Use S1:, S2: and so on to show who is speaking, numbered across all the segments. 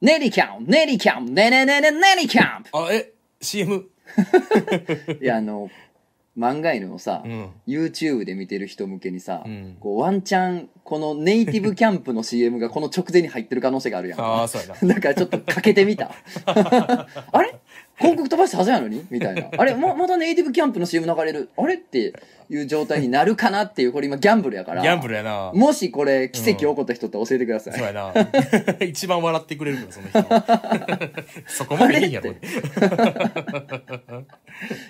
S1: ネリキャン、ネリキャン、ネネネネネリキャ ンプ
S2: あ、え、CM?
S1: いや、あの、漫画犬をさ、
S2: うん。
S1: YouTube で見てる人向けにさ、
S2: うん
S1: こうワンチャン、このネイティブキャンプの CM がこの直前に入ってる可能性があるやん。
S2: ああ、そうやな。
S1: だからちょっとかけてみた。 あれ広告飛ばしたはずやのにみたいな。あれままたネイティブキャンプの CM 流れる。あれっていう状態になるかなっていう、これ今ギャンブルやから。
S2: ギャンブルやな。
S1: もしこれ奇跡起こった人って教えてください。
S2: そうやな。 一番笑ってくれるから、その人。 そこまでいいんやろ。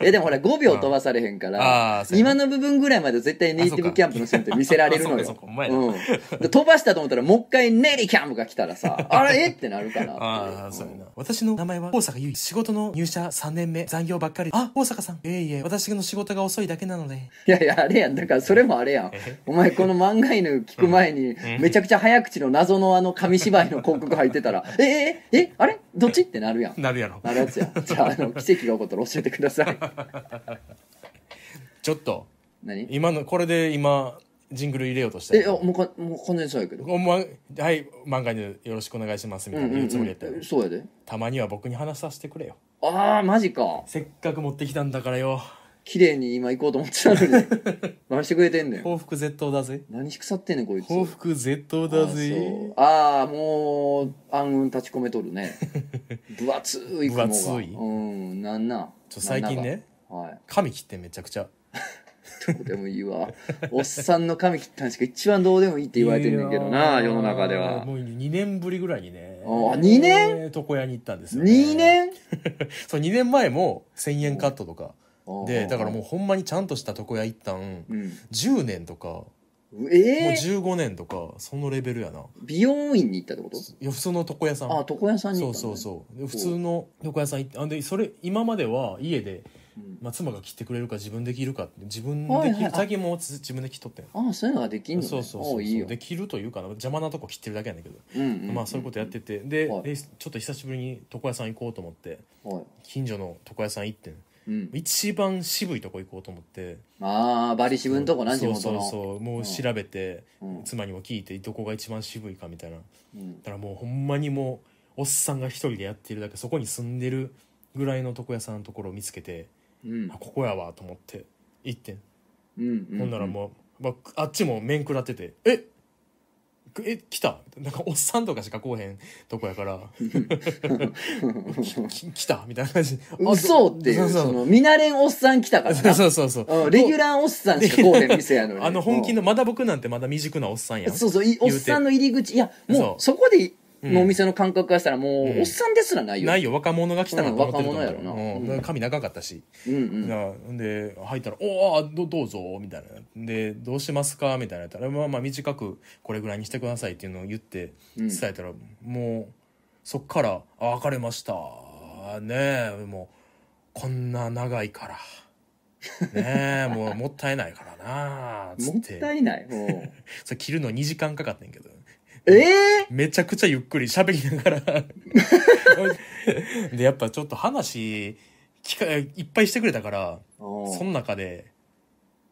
S1: え、でもほら5秒飛ばされへんか
S2: あ
S1: ら
S2: ー、そうやな
S1: 今の部分ぐらいまで絶対ネイティブキャンプの CM って見せられるの
S2: あ
S1: よ
S2: そうかそうか。お前ら
S1: うんで飛ばしたと思ったらもう一回ネリキャンプが来たらさ、あれえってなるかなってい
S2: ああ、そうやな。私の名前は大阪ゆい。仕事の入社3年目、残業ばっかり。あ、大阪さん。いえいえ、私の仕事が遅いだけなので。
S1: いやいや、あれやん。だからそれもあれやん
S2: え。
S1: お前この漫画犬聞く前に、めちゃくちゃ早口の謎のあの紙芝居の広告入ってた ら、ええええあれどっちってなるやん。
S2: なるやろ。
S1: なるやつやん。じゃあ、あの、奇跡が起こったら教えてくだ さい。
S2: ちょっと、
S1: 何
S2: 今の、これで今、ジングル入れようとした
S1: え、
S2: や
S1: あ
S2: ろ。
S1: もうか、もう完全にそうやけど。
S2: おま、はい、漫画によろしくお願いします、み
S1: う
S2: た
S1: ん
S2: いな
S1: うん、う
S2: 言うつもりやったよ
S1: ん。。そうやで。
S2: たまには僕に話させてくれよ。
S1: ああ、マジか。
S2: せっかく持ってきたんだからよ。
S1: 綺麗に今行こうと思ってたのに。 何してくれてんねん。
S2: 報復絶倒だぜ。
S1: 何し腐ってんねん、こいつ。
S2: 報復絶倒だぜ。
S1: あーそうあーもう暗雲立ち込めとる ね分厚い雲が
S2: 分厚い
S1: うんなんなん
S2: ちょ最近ね
S1: なんなんかは
S2: 髪切ってめちゃくちゃ。
S1: いどうでもいい わおっさんの髪切ったんしか一番どうでもいいって言われてんねんけどな世の中では
S2: もう2年ぶりぐらいにね
S1: あ二年
S2: えー床屋に行ったんですよ、ね、
S1: 2年
S2: そう2年前も1000円カットとかでだからも
S1: う
S2: うほんまにちゃんとした床屋行ったん
S1: うん、
S2: 10年とかもう
S1: えー、
S2: 15年とかそのレベルやな
S1: 美容院に行ったってこと
S2: いや普通の床屋さん
S1: あ床屋さんに行
S2: そう
S1: った
S2: そう
S1: のね、
S2: そうで普通の床屋さん行ってあでそれ今までは家で、
S1: うん
S2: まあ、妻が切ってくれるか自分で切るかって自分
S1: はいはい
S2: で切る
S1: あ
S2: 最近もう自分で切っとってん
S1: ああそういうのができんの、ね、
S2: そうそうそ
S1: お
S2: う
S1: ういいよ、
S2: で切るというかな邪魔なとこ切ってるだけやねんけど
S1: うんうんうん
S2: まあそういうことやっててで,、
S1: はい
S2: でちょっと久しぶりに床屋さん行こうと思って
S1: はい
S2: 近所の床屋さん行ってん
S1: うん、
S2: 一番渋いとこ行こうと思って
S1: ああバリ渋んとこな地
S2: そう
S1: 元
S2: そう
S1: の
S2: そうも
S1: うん
S2: う調べて、
S1: うん
S2: 妻にも聞いてどこが一番渋いかみたいなだ
S1: うん
S2: からもうほんまにもうおっさんが一人でやってるだけそこに住んでるぐらいの床屋さんのところを見つけて、
S1: うん
S2: あここやわと思って行ってん
S1: うんうん
S2: ほんならもう、まあ、あっちも面食らってて「えくえ来た?」なんかおっさんとかしか来おへんとこ やから「き来た?」みたいな感じで あ
S1: 嘘っていう、
S2: そうそ
S1: そうの、見慣れんおっさん来たから
S2: そう
S1: な。
S2: そうそうそう
S1: うんレギュラーおっさんしか来おへん店やのに。
S2: あの本気のまだ僕なんてまだ未熟なおっさん
S1: う
S2: や
S1: ん。
S2: ん
S1: そうそう、いおっさんの入り口。いや、も
S2: そう
S1: う、そこで、
S2: うん
S1: のお店の感覚からしたら、も
S2: う
S1: う、
S2: ん
S1: おっさんですらないよ。
S2: ないよ若者が来たなと思ってると思
S1: う
S2: う
S1: ん若者やろな
S2: うん
S1: うん
S2: だから髪長かったし、
S1: うん
S2: だ
S1: うん。
S2: からで入ったら「おおどどうぞ」みたいな「でどうしますか?」みたいなやったら「まあまあ短くこれぐらいにしてください」っていうのを言って
S1: うん
S2: 伝えたら、もうそっから「あ別れましたねえもうこんな長 いからねえもうもったいないからな」つ
S1: も
S2: っ
S1: ってたいない。も
S2: それ切るの2時間かかってんけど
S1: う え
S2: めちゃくちゃゆっくり喋りなが らでやっぱちょっと話聞かいっぱいしてくれたから
S1: ぇ
S2: その中で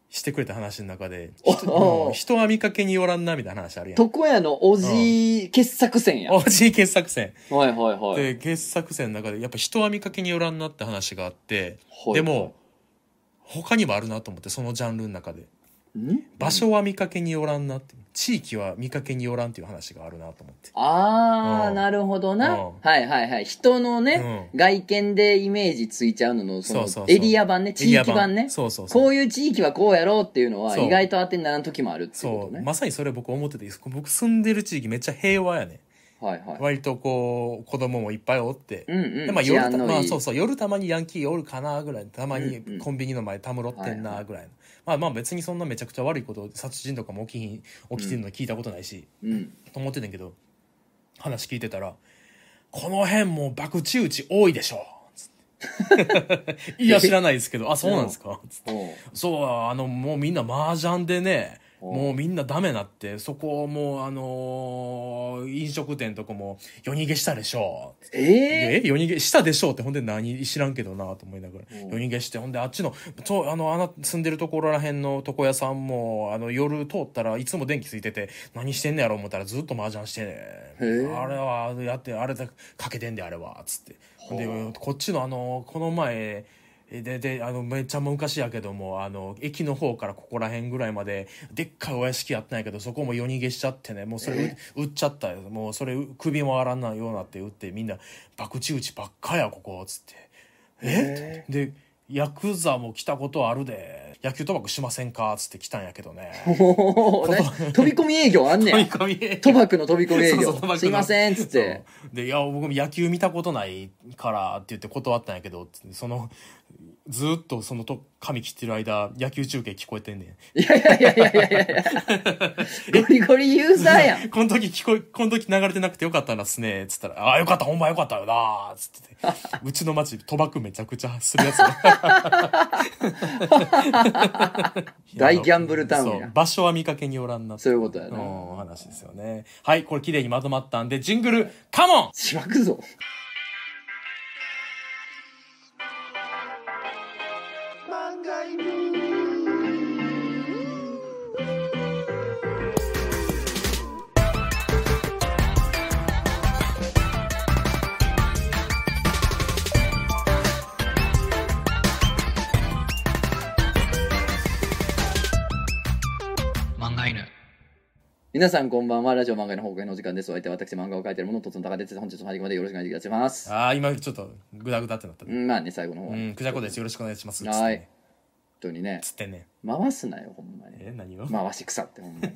S2: してくれた話の中で
S1: お
S2: 人
S1: お
S2: 人は見かけによらんなみたいな話あるやん
S1: 床屋のおじ傑作選や。はい
S2: おじい傑作選
S1: はいはい。
S2: で傑作選の中でやっぱ人は見かけによらんなって話があって
S1: はい
S2: で、も他にもあるなと思ってそのジャンルの中で
S1: ん
S2: 場所は見かけによらんなって地域は見かけによらんっていう話があるなと思って
S1: あ
S2: う
S1: ー、
S2: ん
S1: なるほどな。
S2: うん
S1: はいはいはい。人のね、
S2: う
S1: 外見でイメージついちゃうのの、そ
S2: そうそう
S1: の
S2: そう
S1: エリア版ね、地域版ね。
S2: そうそうそう
S1: こういう地域はこうやろうっていうのは
S2: そう
S1: 意外と当てにならん時もあるっていうこ
S2: そ
S1: と
S2: う
S1: ね。
S2: まさにそれ僕思ってて僕住んでる地域めっちゃ平和やね
S1: はいはい。
S2: 割とこう子供もいっぱいおって、
S1: うんう
S2: で
S1: ん。
S2: まあ、
S1: 治
S2: 夜
S1: 安
S2: た
S1: のいい
S2: まあそうそう夜たまにヤンキーおるかなぐらいたまに
S1: うんうん
S2: コンビニの前たむろってん
S1: はいは
S2: なぐらいの、まあまあ別にそんなめちゃくちゃ悪いこと殺人とかも起きひん起きてるの聞いたことないし、
S1: うん。
S2: と思ってたんやけど話聞いてたら「この辺もう爆打ち多い でしょ」つっていや知らないですけど「あそうなんですか」つって
S1: おう
S2: そう、あの、もうみんな麻雀でね、もうみんなダメなって、そこをもうあのー飲食店とかも夜逃げしたでしょう。
S1: ええ
S2: え夜逃げしたでしょうってほんで何知らんけどなと思いながら
S1: うん
S2: 夜逃げしてほんであっちのちょあのあな住んでるところらへんの床屋さんもあの夜通ったらいつも電気ついてて何してんねやろ思ったらずっと麻雀して
S1: へ
S2: ね
S1: え
S2: あれはやってあれだかけてんであれはつってほんで
S1: ほう
S2: こっちのあのこの前でであのめっちゃ昔やけどもあの駅の方からここら辺ぐらいまででっかいお屋敷やったんやけどそこも夜逃げしちゃってねもうそれ
S1: え
S2: 売っちゃったよもうそれ首も洗らんないようになって売ってみんな「博打打ちばっかやここ」つって「え
S1: え
S2: っ?」で「ヤクザも来たことあるで野球賭博しませんか?」つって来たんやけどね
S1: おー何飛び込み営業あんね
S2: 飛び
S1: や
S2: 込み
S1: 賭博の飛び込み営
S2: そうそう賭博
S1: 業
S2: の
S1: すいませんっつって
S2: そうで「いや僕も野球見たことないから」って言って断ったんやけどつってそのずーっとそのと髪切ってる間野球中継聞こえてんねん
S1: いやいやいやいやいやいやいや ゴリゴリユーザーやん
S2: この時聞こえ、この時流れてなくてよかったなっすね、つったら、ああ、よかった、ほんまよかったよな、つってて。うちの町、賭博めちゃくちゃするやつ。
S1: 大ギャンブルタウンや
S2: そう場所は見かけによらんな。
S1: そういうことや
S2: う、
S1: なん
S2: お話ですよね。はい、これ綺麗にまとまったんで、ジングル、カモン
S1: しばくぞ皆さんこんばんはラジオ漫画の報告のお時間ですお相手は私漫画を描いているものとつの高です本日も最後までよろしくお願いいたします
S2: ああ、今ちょっと、グダグダってなった。
S1: う
S2: うん
S1: まあね最後の方本
S2: ん、クジャコです。よろしくお願いします。
S1: はい
S2: つってね。
S1: 当にね
S2: つってね。
S1: 回すなよほんまに
S2: え、何を
S1: 回し腐ってほん まに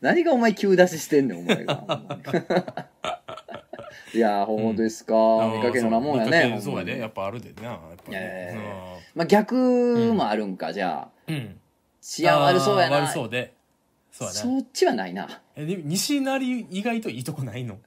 S1: 何がお前急出ししてんねんお前がほんま にいやーほんとですか、
S2: あー
S1: 見かけのなもんや
S2: 見か
S1: ね
S2: け
S1: ほ
S2: そうや
S1: んま
S2: で。
S1: に
S2: やっぱあるでな。やっぱ
S1: え
S2: ね。
S1: まあ、逆もあるんか、じゃあ
S2: うんうん。
S1: 治安悪そうや
S2: あー
S1: な
S2: 悪そうで。そうやな。
S1: そっちはないな
S2: えでも西成意外といいとこないの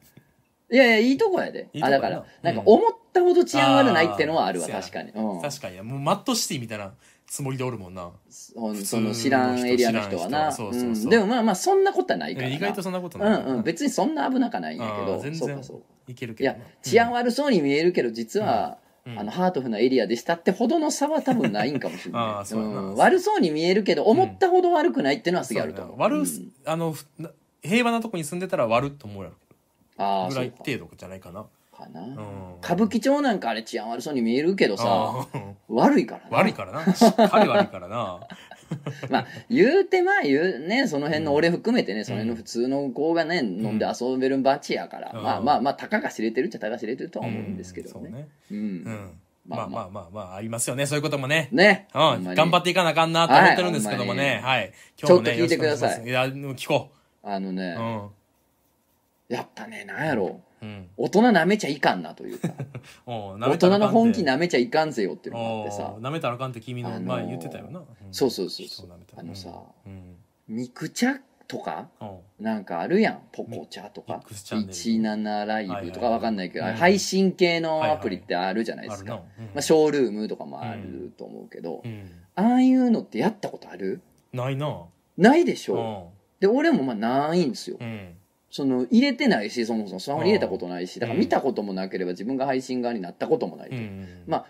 S1: いやいやいいとこやで
S2: いいと
S1: あ
S2: こや
S1: だ
S2: な
S1: からなんか
S2: うん
S1: 思ったほど治安悪ないってのはあるわ
S2: あー
S1: 確かに、うん、
S2: 確かにもうマットシティみたいなつもりでおるもんな
S1: そその知らんエリアの人はな
S2: 普通の人知らん人そうそうそう
S1: うんでもまあまあそんなことはないから
S2: え
S1: な
S2: 意外とそんなこと
S1: う
S2: ない、
S1: んうん別にそんな危なかないんやけ
S2: あ
S1: ど
S2: ー全然
S1: そうかそうか
S2: いける
S1: い
S2: けど
S1: や
S2: な
S1: 治安悪そうに見えるけど実は、
S2: うんうん
S1: あのハートフルなエリアでしたってほどの差は多分ないんかもしれ
S2: あ
S1: な
S2: ー
S1: い
S2: そうやなん
S1: 悪そうに見えるけど思ったほど悪くないってのはすげえあると思う、
S2: そうやな悪す
S1: うん
S2: あのふな平和なとこに住んでたら悪っと思うやろ
S1: ああ
S2: ぐ
S1: そ
S2: ら
S1: う
S2: い
S1: か
S2: 程度じゃないかな
S1: かな、
S2: ん
S1: 歌舞伎町なんかあれ治安悪そうに見えるけどさ
S2: あー
S1: 悪いからな
S2: 悪いからなしっかり悪いからな
S1: まあ言うてまあ言うねその辺の俺含めてね、その辺の普通の子がね飲んで遊べるバチやから、
S2: うん
S1: まあまあまあたかが知れてるっちゃたかが知れて るとは思うんですけど
S2: うんそう
S1: ね
S2: ね
S1: うん
S2: うん
S1: ま
S2: ま
S1: あ
S2: あ
S1: ま
S2: ま
S1: あ
S2: あまあまあありますよねそういうこともね
S1: ね、
S2: う
S1: ほ
S2: ん
S1: まに
S2: 頑張っていかなあかんなと思ってるんですけどもねはい、今日もね
S1: ちょっと聞いてください
S2: よろしくお願しますいや聞こ
S1: あの
S2: う
S1: ね、
S2: うん
S1: やっぱねなんやろ
S2: うん
S1: 大人なめちゃいかんなと いうか
S2: おう
S1: 大人の本気
S2: な
S1: なめちゃいかんぜよっていうのがあってさ
S2: おなめたらあかんって君の
S1: あのー
S2: 前言ってたよな、ん
S1: そうそうそうそう
S2: 人を舐めたら
S1: あのさ
S2: うんうん
S1: 肉茶とか
S2: おう
S1: なんかあるやんポコチャと
S2: ミ
S1: か
S2: ックスチャンネル
S1: 17ライブとか
S2: はいはいはい
S1: わかんないけど、
S2: うん
S1: 配信系のアプリってあるじゃないで
S2: あ
S1: す
S2: る
S1: か、
S2: な、うん
S1: まあ、ショールームとかもあると思うけど、
S2: うん
S1: ああいうのってやったことある
S2: ないなお
S1: ないでし
S2: う
S1: ょで俺もまあないんですよ
S2: うん
S1: その入れてないしそもそもスマホに入れたことないし
S2: ん
S1: だから見たこともなければ自分が配信側になったこともないと、
S2: うん
S1: まあ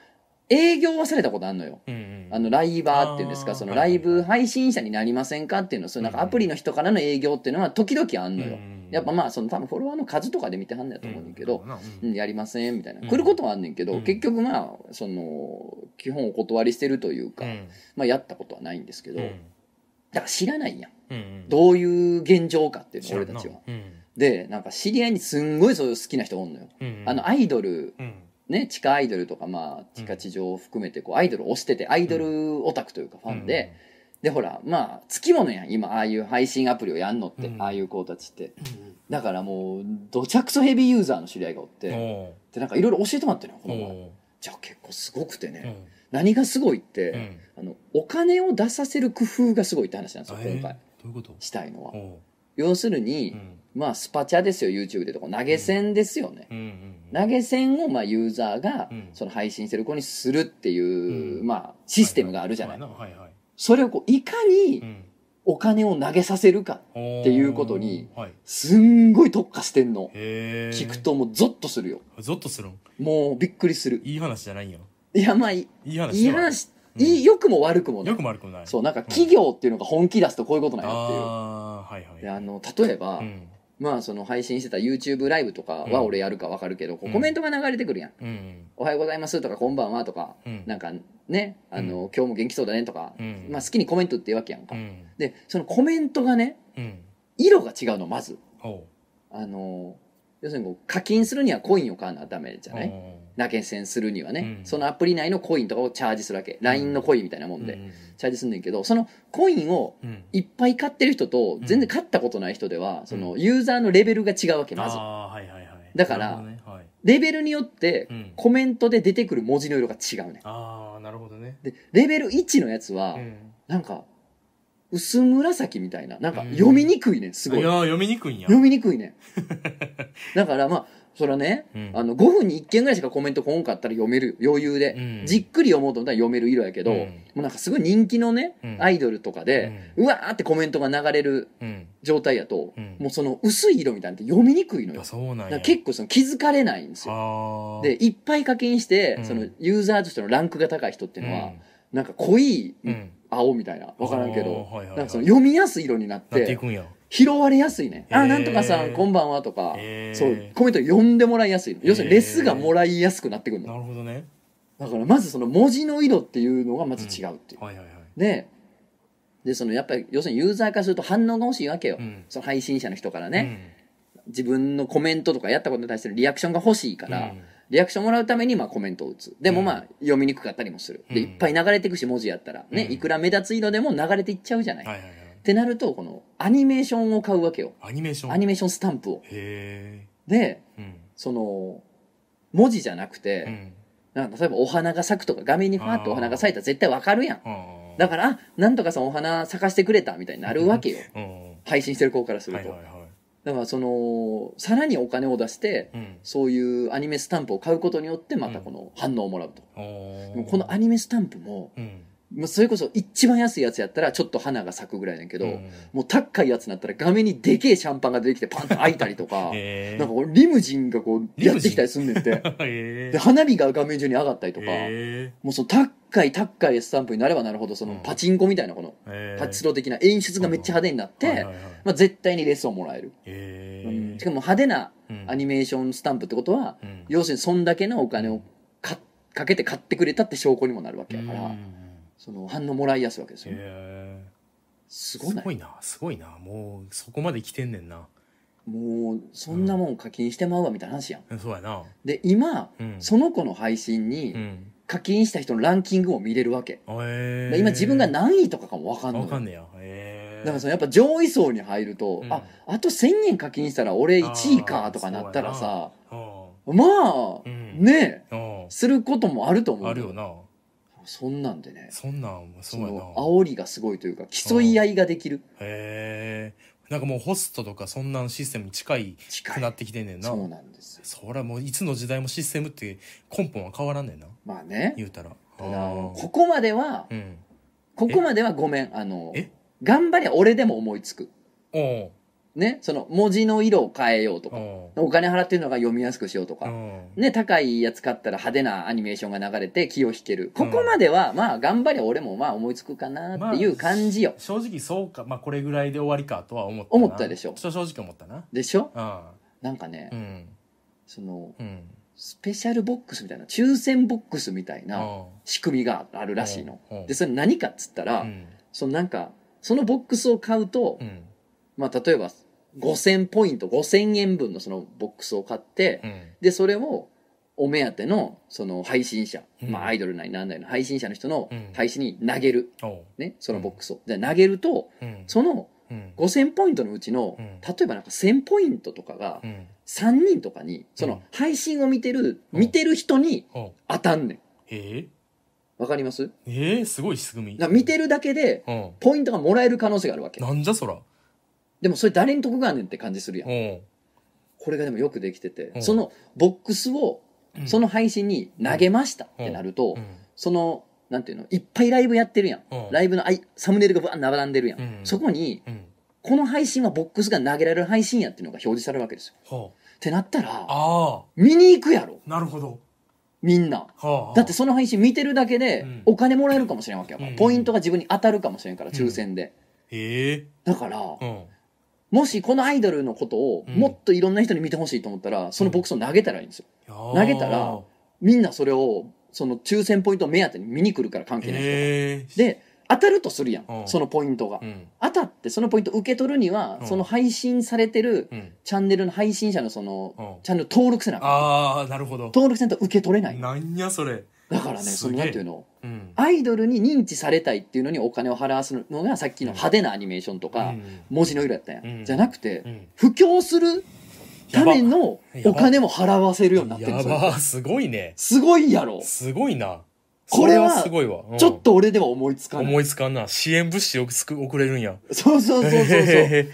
S1: 営業はされたことあんのよ
S2: うんうん
S1: あのライバーっていうんですか
S2: あー
S1: その
S2: はいは
S1: ラ
S2: いはい
S1: イブ配信者になりませんかっていうのそういうなんかアプリの人からの営業っていうのは時々あんのよ、
S2: うん
S1: やっぱまあその多分フォロワーの数とかで見てはんのやと思うねんだけど、
S2: うんうん
S1: うん、やりませんみたいな、
S2: うん
S1: 来ることはあんねんけど、
S2: うん
S1: 結局まあその基本お断りしてるというか、
S2: うん
S1: まあ、やったことはないんですけど、
S2: うん
S1: だから知らないやん
S2: うん
S1: どういう現状かっていう
S2: 知
S1: の
S2: らん
S1: 俺
S2: な
S1: たちは
S2: うん
S1: でなんか知り合いにすんごいそういう好きな人おんのよ、
S2: うん
S1: あのアイドル
S2: うん
S1: ね地下アイドルとかまあ地下地上を含めてこうアイドルを推しててアイドルオタクというかファンで、でほらまあつきものやん今ああいう配信アプリをやんのって、
S2: うん
S1: ああいう子たちってだからもうどちゃくそヘビーユーザーの知り合いがおっ
S2: う
S1: て、
S2: んおう
S1: でなんかいろいろ教えてもらってるのこの前
S2: おう
S1: じゃあ結構すごくてね、
S2: うん
S1: 何がすごいっ
S2: う
S1: て、
S2: ん
S1: あのお金を出させる工夫がすごいって話なんですよ
S2: あえー
S1: 今回
S2: どういうこと
S1: したいのは
S2: おう
S1: 要するに、
S2: うん
S1: まあスパチャですよ YouTube でとか投げ銭ですよね、
S2: うんうん
S1: 投げ銭をまあユーザーが
S2: うん
S1: その配信してる子にするっていう、
S2: うん
S1: まあシステムがあるじゃない、
S2: そうやはいはい
S1: それをこういかに
S2: うん
S1: お金を投げさせるか
S2: って
S1: いうことに、
S2: はい、
S1: すんごい特化してんの
S2: へー
S1: 聞くともうゾッとするよ
S2: ゾッとするん
S1: もうびっくりする
S2: いい話じゃないよ
S1: いやまあい
S2: いい話
S1: い
S2: ではない
S1: 話いい良くも悪くも
S2: うん
S1: な
S2: よ
S1: い
S2: くも悪くもない
S1: そうなんか企業っていうのが本気出すとこういうことなんやっていう
S2: ああはいはい
S1: であの例えば、
S2: うん
S1: まあその配信してた YouTube ライブとかは俺やるかわかるけど、こう
S2: うん
S1: コメントが流れてくるやん
S2: うん
S1: 「おはようございます」とか「こんばんは」とか、
S2: うん
S1: なんかねあの、今日も元気そうだね」とか、
S2: うん
S1: まあ、好きにコメントって言うわけやんか、
S2: うん
S1: でそのコメントがね
S2: うん
S1: 色が違うのまず
S2: おう
S1: あの要するにこう課金するにはコインを買わなダメじゃない、
S2: おう
S1: 投げ銭するにはね、
S2: うん
S1: そのアプリ内のコインとかをチャージするわけ LINE のコインみたいなもんで、
S2: うん
S1: チャージすんねんけどそのコインを
S2: うん
S1: いっぱい買ってる人と全然買ったことない人では、そのユーザーのレベルが違うわけまず
S2: ああはいはいはい
S1: だから
S2: なるほどねはい
S1: レベルによって
S2: うん
S1: コメントで出てくる文字の色が違うね
S2: ああなるほどね
S1: でレベル1のやつは
S2: うん
S1: なんか薄紫みたいななんか
S2: うん
S1: 読みにくいねんすごい
S2: いやー読みにくいんや
S1: 読みにくい ねんだからまあそれはね
S2: うん
S1: あの5分に1件ぐらいしかコメントこんかったら読める余裕で、
S2: うん
S1: じっくり読もうと思ったら読める色やけど、
S2: うん
S1: もうなんかすごい人気のね、
S2: うん
S1: アイドルとかで、うわーってコメントが流れる
S2: うん
S1: 状態やと、
S2: うん
S1: もうその薄い色みたいなのって読みにくいのよ
S2: あそ
S1: だ
S2: うなん
S1: か
S2: や
S1: ら結構その気づかれないんですよ
S2: あー
S1: でいっぱい課金して、
S2: うん
S1: そのユーザーとしてのランクが高い人っていうのは、
S2: うん
S1: なんか濃い
S2: うん
S1: 青みたいな分からんけど
S2: あーはいはいはい
S1: なんかその読みやすい色になっ
S2: なってい
S1: て
S2: くんや
S1: 拾われやすいね「
S2: へ
S1: あ
S2: ー
S1: なんとかさんこんばんは」とか、
S2: へー
S1: そうコメント読んでもらいやすいの要するにレスがもらいやすくなってくる
S2: な
S1: の
S2: るほどね
S1: だからまずその文字の色っていうのがまず違うっていう、
S2: はいはいはい
S1: ででそのやっぱり要するにユーザーからすると反応が欲しいわけよ、
S2: うん
S1: その配信者の人からね、自分のコメントとかやったことに対するリアクションが欲しいか
S2: うんう
S1: ら、
S2: ん
S1: リアクションもらうためにまあコメントを打つでもまあ読みにくかったりもする、
S2: う
S1: で
S2: ん
S1: いっぱい流れていくし文字やったらね、
S2: うん
S1: いくら目立つ色でも流れていっちゃうじゃない、
S2: はい
S1: っ
S2: はいはい
S1: てなるとこのアニメーションを買うわけよ
S2: アニメーション
S1: アニメーションスタンプを
S2: へ
S1: で
S2: えうん
S1: その文字じゃなく
S2: う
S1: て、
S2: ん
S1: なんか例えばお花が咲くとか画面にファーってお花が咲いたら絶対わかるやん
S2: あー
S1: だからあなんとかさんお花咲かしてくれたみたいになるわけよ
S2: うんは
S1: 配信してる子からす
S2: い
S1: る
S2: は
S1: と、
S2: いは
S1: だからそのさらにお金を出して
S2: いうん
S1: そういうアニメスタンプを買うことによってまたこの反応をもらうと、
S2: お
S1: でも
S2: ー
S1: このアニメスタンプも
S2: うん
S1: まあそれこそ一番安いやつやったらちょっと花が咲くぐらいだけど、
S2: うん、
S1: もう高いやつになったら画面にでけえシャンパンが出てきてパンと開いたりとか
S2: へえ
S1: なんかこうリムジンがこう
S2: リムジン
S1: やってきたりすんねんて
S2: へえ
S1: で花火が画面中に上がったりとか、
S2: へ
S1: もうその高い高いスタンプになればなるほどその
S2: うん
S1: パチンコみたいなこの
S2: え
S1: 活動的な演出がめっちゃ派手になって、
S2: はいはいはい
S1: まあ、絶対にレッスンをもらえる、
S2: へ
S1: うん
S2: え
S1: しかも派手な
S2: うん
S1: アニメーションスタンプってことは、
S2: うん
S1: 要するにそんだけのお金をかかけて買ってくれたって証拠にもなるわけやから、
S2: うん
S1: その反応もらいやすいわけです
S2: へ
S1: よ、ね
S2: え
S1: すごいな
S2: すごいなすごいなもうそこまで来てんねんな
S1: もうそんなもん課金してまうわみたいな話やん
S2: うんそうやな
S1: で今
S2: うん
S1: その子の配信
S2: う
S1: に
S2: ん
S1: 課金した人のランキングを見れるわけ、
S2: へ
S1: で
S2: え
S1: 今自分が何位とかかも分かんない
S2: わかんねえやへえ
S1: だからそのやっぱ上位層に入ると、
S2: うん
S1: ああと1,000円課金したら俺1位かとかなったらさ
S2: あ
S1: まあ、
S2: あうん
S1: ねえ
S2: あ
S1: することもあると思う
S2: ああるよな
S1: そんなんでね
S2: そんなん
S1: そ
S2: そ
S1: う
S2: やな
S1: の煽りがすごいというか競い合いができる
S2: へえなんかもうホストとかそんなんシステムに近い
S1: 近
S2: くないってきてんねんな
S1: そうなんですよ
S2: そりゃもういつの時代もシステムって根本は変わらんねんな
S1: まあね
S2: 言うたら
S1: ただ
S2: あー
S1: ここまでは
S2: うん
S1: ここまではごめんあの
S2: え
S1: 頑張りゃ俺でも思いつく
S2: おう
S1: ねその文字の色を変えようと
S2: お
S1: か
S2: う
S1: お金払ってるのが読みやすくしようと
S2: う
S1: か
S2: ん
S1: ね高いやつ買ったら派手なアニメーションが流れて気を引けるここまではまあ頑張りゃ俺もまあ思いつくかなっていう感じよ
S2: 正直そうかまあこれぐらいで終わりかとは思ったな
S1: 思ったでしょ
S2: ちょ正直思ったな
S1: でしょ
S2: あ
S1: なんか
S2: う
S1: ね
S2: ん
S1: その
S2: うん
S1: スペシャルボックスみたいな抽選ボックスみたいな
S2: あ
S1: 仕組みがあるらしいの
S2: うん
S1: でそれ何かっつった
S2: あ
S1: ら、
S2: うん
S1: そのなんかそのボックスを買うと、
S2: うん
S1: まあ、例えば5000ポイント5000円分のそのボックスを買って、
S2: うん
S1: でそれをお目当てのその配信者、
S2: うん
S1: まあ、アイドルなりなんなりの配信者の人の
S2: うん
S1: 配信に投げる、
S2: おう
S1: ね、そのボックスを、で投げると
S2: うん
S1: その
S2: うん
S1: 5000ポイントのうちの、
S2: うん
S1: 例えばなんか1000ポイントとかが
S2: うん
S1: 3人とかにそうの
S2: ん
S1: 配信を見てる、
S2: うん
S1: 見てる人に
S2: おう
S1: 当たんねん
S2: へえ
S1: わかります
S2: ええすごい仕組み
S1: だから見てるだけで
S2: うん
S1: ポイントがもらえる可能性があるわけ
S2: なんじゃそら
S1: でもそれ誰に得があんねんって感じするやん
S2: おう
S1: これがでもよくできてて、
S2: うん
S1: そのボックスを
S2: うん
S1: その配信に投げましたってなると、
S2: うん
S1: そのなんていうのいっぱいライブやってるやん、
S2: うん
S1: ライブのあいサムネイルがぶわん並んでるやん、
S2: うん
S1: そこに
S2: うん
S1: この配信はボックスが投げられる配信やっていうのが表示されるわけですよ
S2: は
S1: ってなった
S2: あ
S1: ら
S2: あ
S1: 見に行くやろ
S2: あなるほど
S1: みんな
S2: はあ
S1: だってその配信見てるだけで
S2: うん
S1: お金もらえるかもしれんわけやから、
S2: うん
S1: ポイントが自分に当たるかもしれんから抽選で、
S2: え
S1: だから、
S2: えうん
S1: もしこのアイドルのことを
S2: うん
S1: もっといろんな人に見てほしいと思ったら、そのボックスを投げたらいいんですよ
S2: 投
S1: げたらみんなそれをその抽選ポイントを目当てに見に来るから関係ない人が、
S2: ええ
S1: で当たるとするやん、
S2: うん
S1: そのポイントが、
S2: うん
S1: 当たってそのポイント受け取るには、
S2: うん
S1: その配信されてる
S2: うん
S1: チャンネルの配信者のその、
S2: うん
S1: チャンネル登録せなあかん
S2: ああなるほど
S1: 登録せんと受け取れない
S2: なんやそれ
S1: だからね
S2: す
S1: そ
S2: げえ
S1: のなんていうの
S2: うん
S1: アイドルに認知されたいっていうのにお金を払わすのがさっきの派手なアニメーションとか、
S2: うん
S1: 文字の色やったんや、
S2: うん
S1: じゃなくて、
S2: うん
S1: 布教するためのお金も払わせるようになってるん
S2: や
S1: ですよ
S2: ばすごいね
S1: すごいやろ
S2: すごいな
S1: これは
S2: そすごいわうん
S1: ちょっと俺では思いつかない
S2: 思いつかんな支援物資よくつく送れるんや
S1: そうそうそうそうそう、
S2: え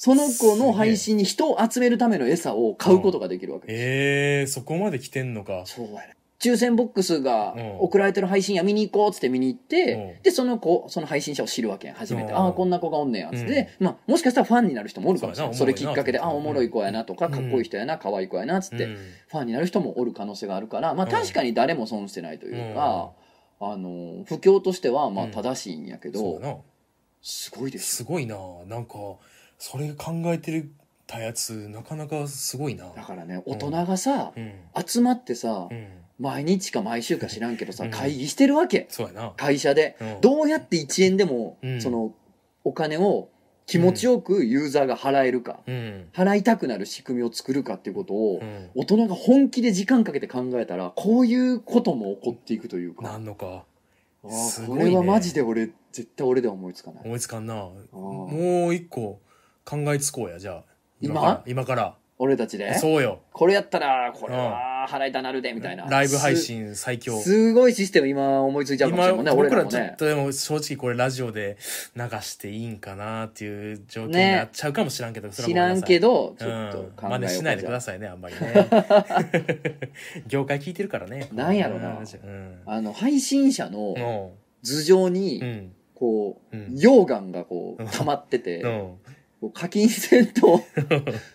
S1: その子の配信に人を集めるための餌を買うことができるわけです、
S2: えそこまで来てんのか
S1: そうやね抽選ボックスが
S2: うん
S1: 送られてる配信や見に行こうっつって見に行って、
S2: うん
S1: でその子その配信者を知るわけやん初めて、
S2: うん
S1: ああこんな子がおんねやっつって、まあ、もしかしたらファンになる人もおるかもしれないそ
S2: そう
S1: れ
S2: やな
S1: きっかけでああおも
S2: おも
S1: ろ
S2: ろ
S1: い
S2: いな
S1: 子やなとか
S2: うん
S1: かっこいい人やな可愛い子やなっつって、
S2: うん
S1: ファンになる人もおる可能性があるから、まあ、
S2: うん
S1: 確かに誰も損してないというか、あの不況としてはまあ
S2: うん
S1: 正しいんやけど、
S2: そうやな
S1: すごいです
S2: すごいななんかそれ考えてるたやつなかなかすごいな
S1: だからね
S2: うん
S1: 大人がさ、
S2: うん
S1: 集まってさ、
S2: うん
S1: 毎日か毎週か知らんけどさ、
S2: うん
S1: 会議してるわけ
S2: そうやな
S1: 会社で、
S2: うん
S1: どうやって1円でも、
S2: うん
S1: そのお金を気持ちよくユーザーが払えるか、
S2: うん
S1: 払いたくなる仕組みを作るかっていうことを、
S2: うん
S1: 大人が本気で時間かけて考えたらこういうことも起こっていくというか
S2: なんのか
S1: あー
S2: すご
S1: こ
S2: いね
S1: れはマジで俺絶対俺では思いつかない
S2: 思いつかんな
S1: うん
S2: もう一個考えつこうやじゃあ
S1: 今
S2: 今から
S1: 俺たち
S2: 今か
S1: で
S2: らそうよ
S1: これやったらこれは払いたなるでみたいな
S2: ライブ配信最強
S1: すすごいシステム今思いついちゃうかもしれ
S2: 今
S1: んもんね俺
S2: 僕
S1: ら
S2: ら
S1: も
S2: ちょっ
S1: ね
S2: とでも正直これラジオで流していいんかなっていう状況になっちゃうかもしらんけど、それ
S1: 知
S2: はご
S1: ら
S2: め
S1: ん
S2: なさい
S1: けどち
S2: う
S1: ょっと考えよ
S2: ん
S1: うか
S2: 真似しないでくだ
S1: じゃ
S2: さいねあんまり ね業界聞いてるからね
S1: なんやろな
S2: うん
S1: ああの配信者の
S2: うん
S1: 頭上
S2: う
S1: に
S2: ん
S1: こう
S2: うん
S1: 溶岩がこう
S2: うん
S1: 溜まってて、
S2: うん
S1: こう課金せん と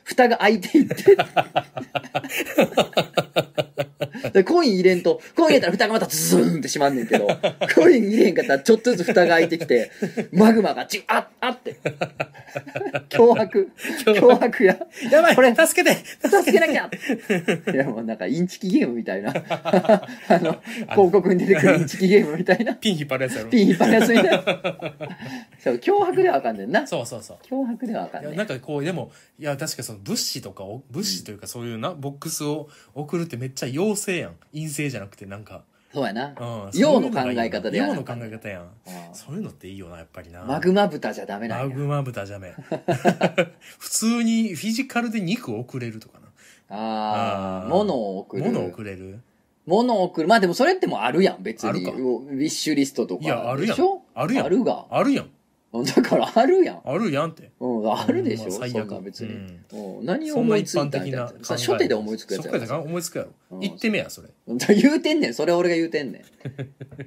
S1: 蓋が開いていってでコイン入れんとコイン入れたら蓋がまたズーンってしまんねんけ どコイン入れへんかったらちょっとずつ蓋が開いてきてマグマがチュあっあって 脅迫脅迫や
S2: やばい
S1: これ
S2: 助けて
S1: 助けなきゃいやもうなんかインチキゲームみたいなあの広告に出てくるインチキゲームみた いな
S2: ピン引っ張るやつやろ
S1: ピン引っ張りやすいな そう脅迫ではあかんねんな
S2: そうそうそう
S1: 脅迫ではあかん
S2: いや
S1: ねん
S2: なんかこうでもいや確かその物資とかを物資というかそういうな、ボックスを送るってめっちゃ陽性やん陰性じゃなくてなんか、
S1: そうやな
S2: うん、
S1: 陽の考え方でや
S2: 陽
S1: らな
S2: の
S1: あか
S2: 考
S1: ん
S2: え方やんそういうのっていいよなやっぱりな
S1: マグマ豚じゃダメな
S2: マ
S1: んや
S2: グマ豚じ ゃめ普通にフィジカルで肉を送れるとかな
S1: ああ
S2: あー
S1: 物を送る
S2: 物を送れる
S1: 物を送るまあでもそれってもうあるやん別に
S2: あるか
S1: ウィッシュリストとか
S2: いやあるやん
S1: でしょ
S2: あるやん
S1: あるが
S2: あるやん
S1: だからあるやん、
S2: あるやんって
S1: うん、あるでしょ、
S2: ほんま
S1: そんな別に、
S2: うん
S1: うん何を思いついたみたいな
S2: 考え
S1: さ初手で思いつくやつや
S2: 初手で思いつくや
S1: う
S2: ろ
S1: ん
S2: 言ってみやそれ
S1: うん言うてんねんそれ俺が言うてんねんだか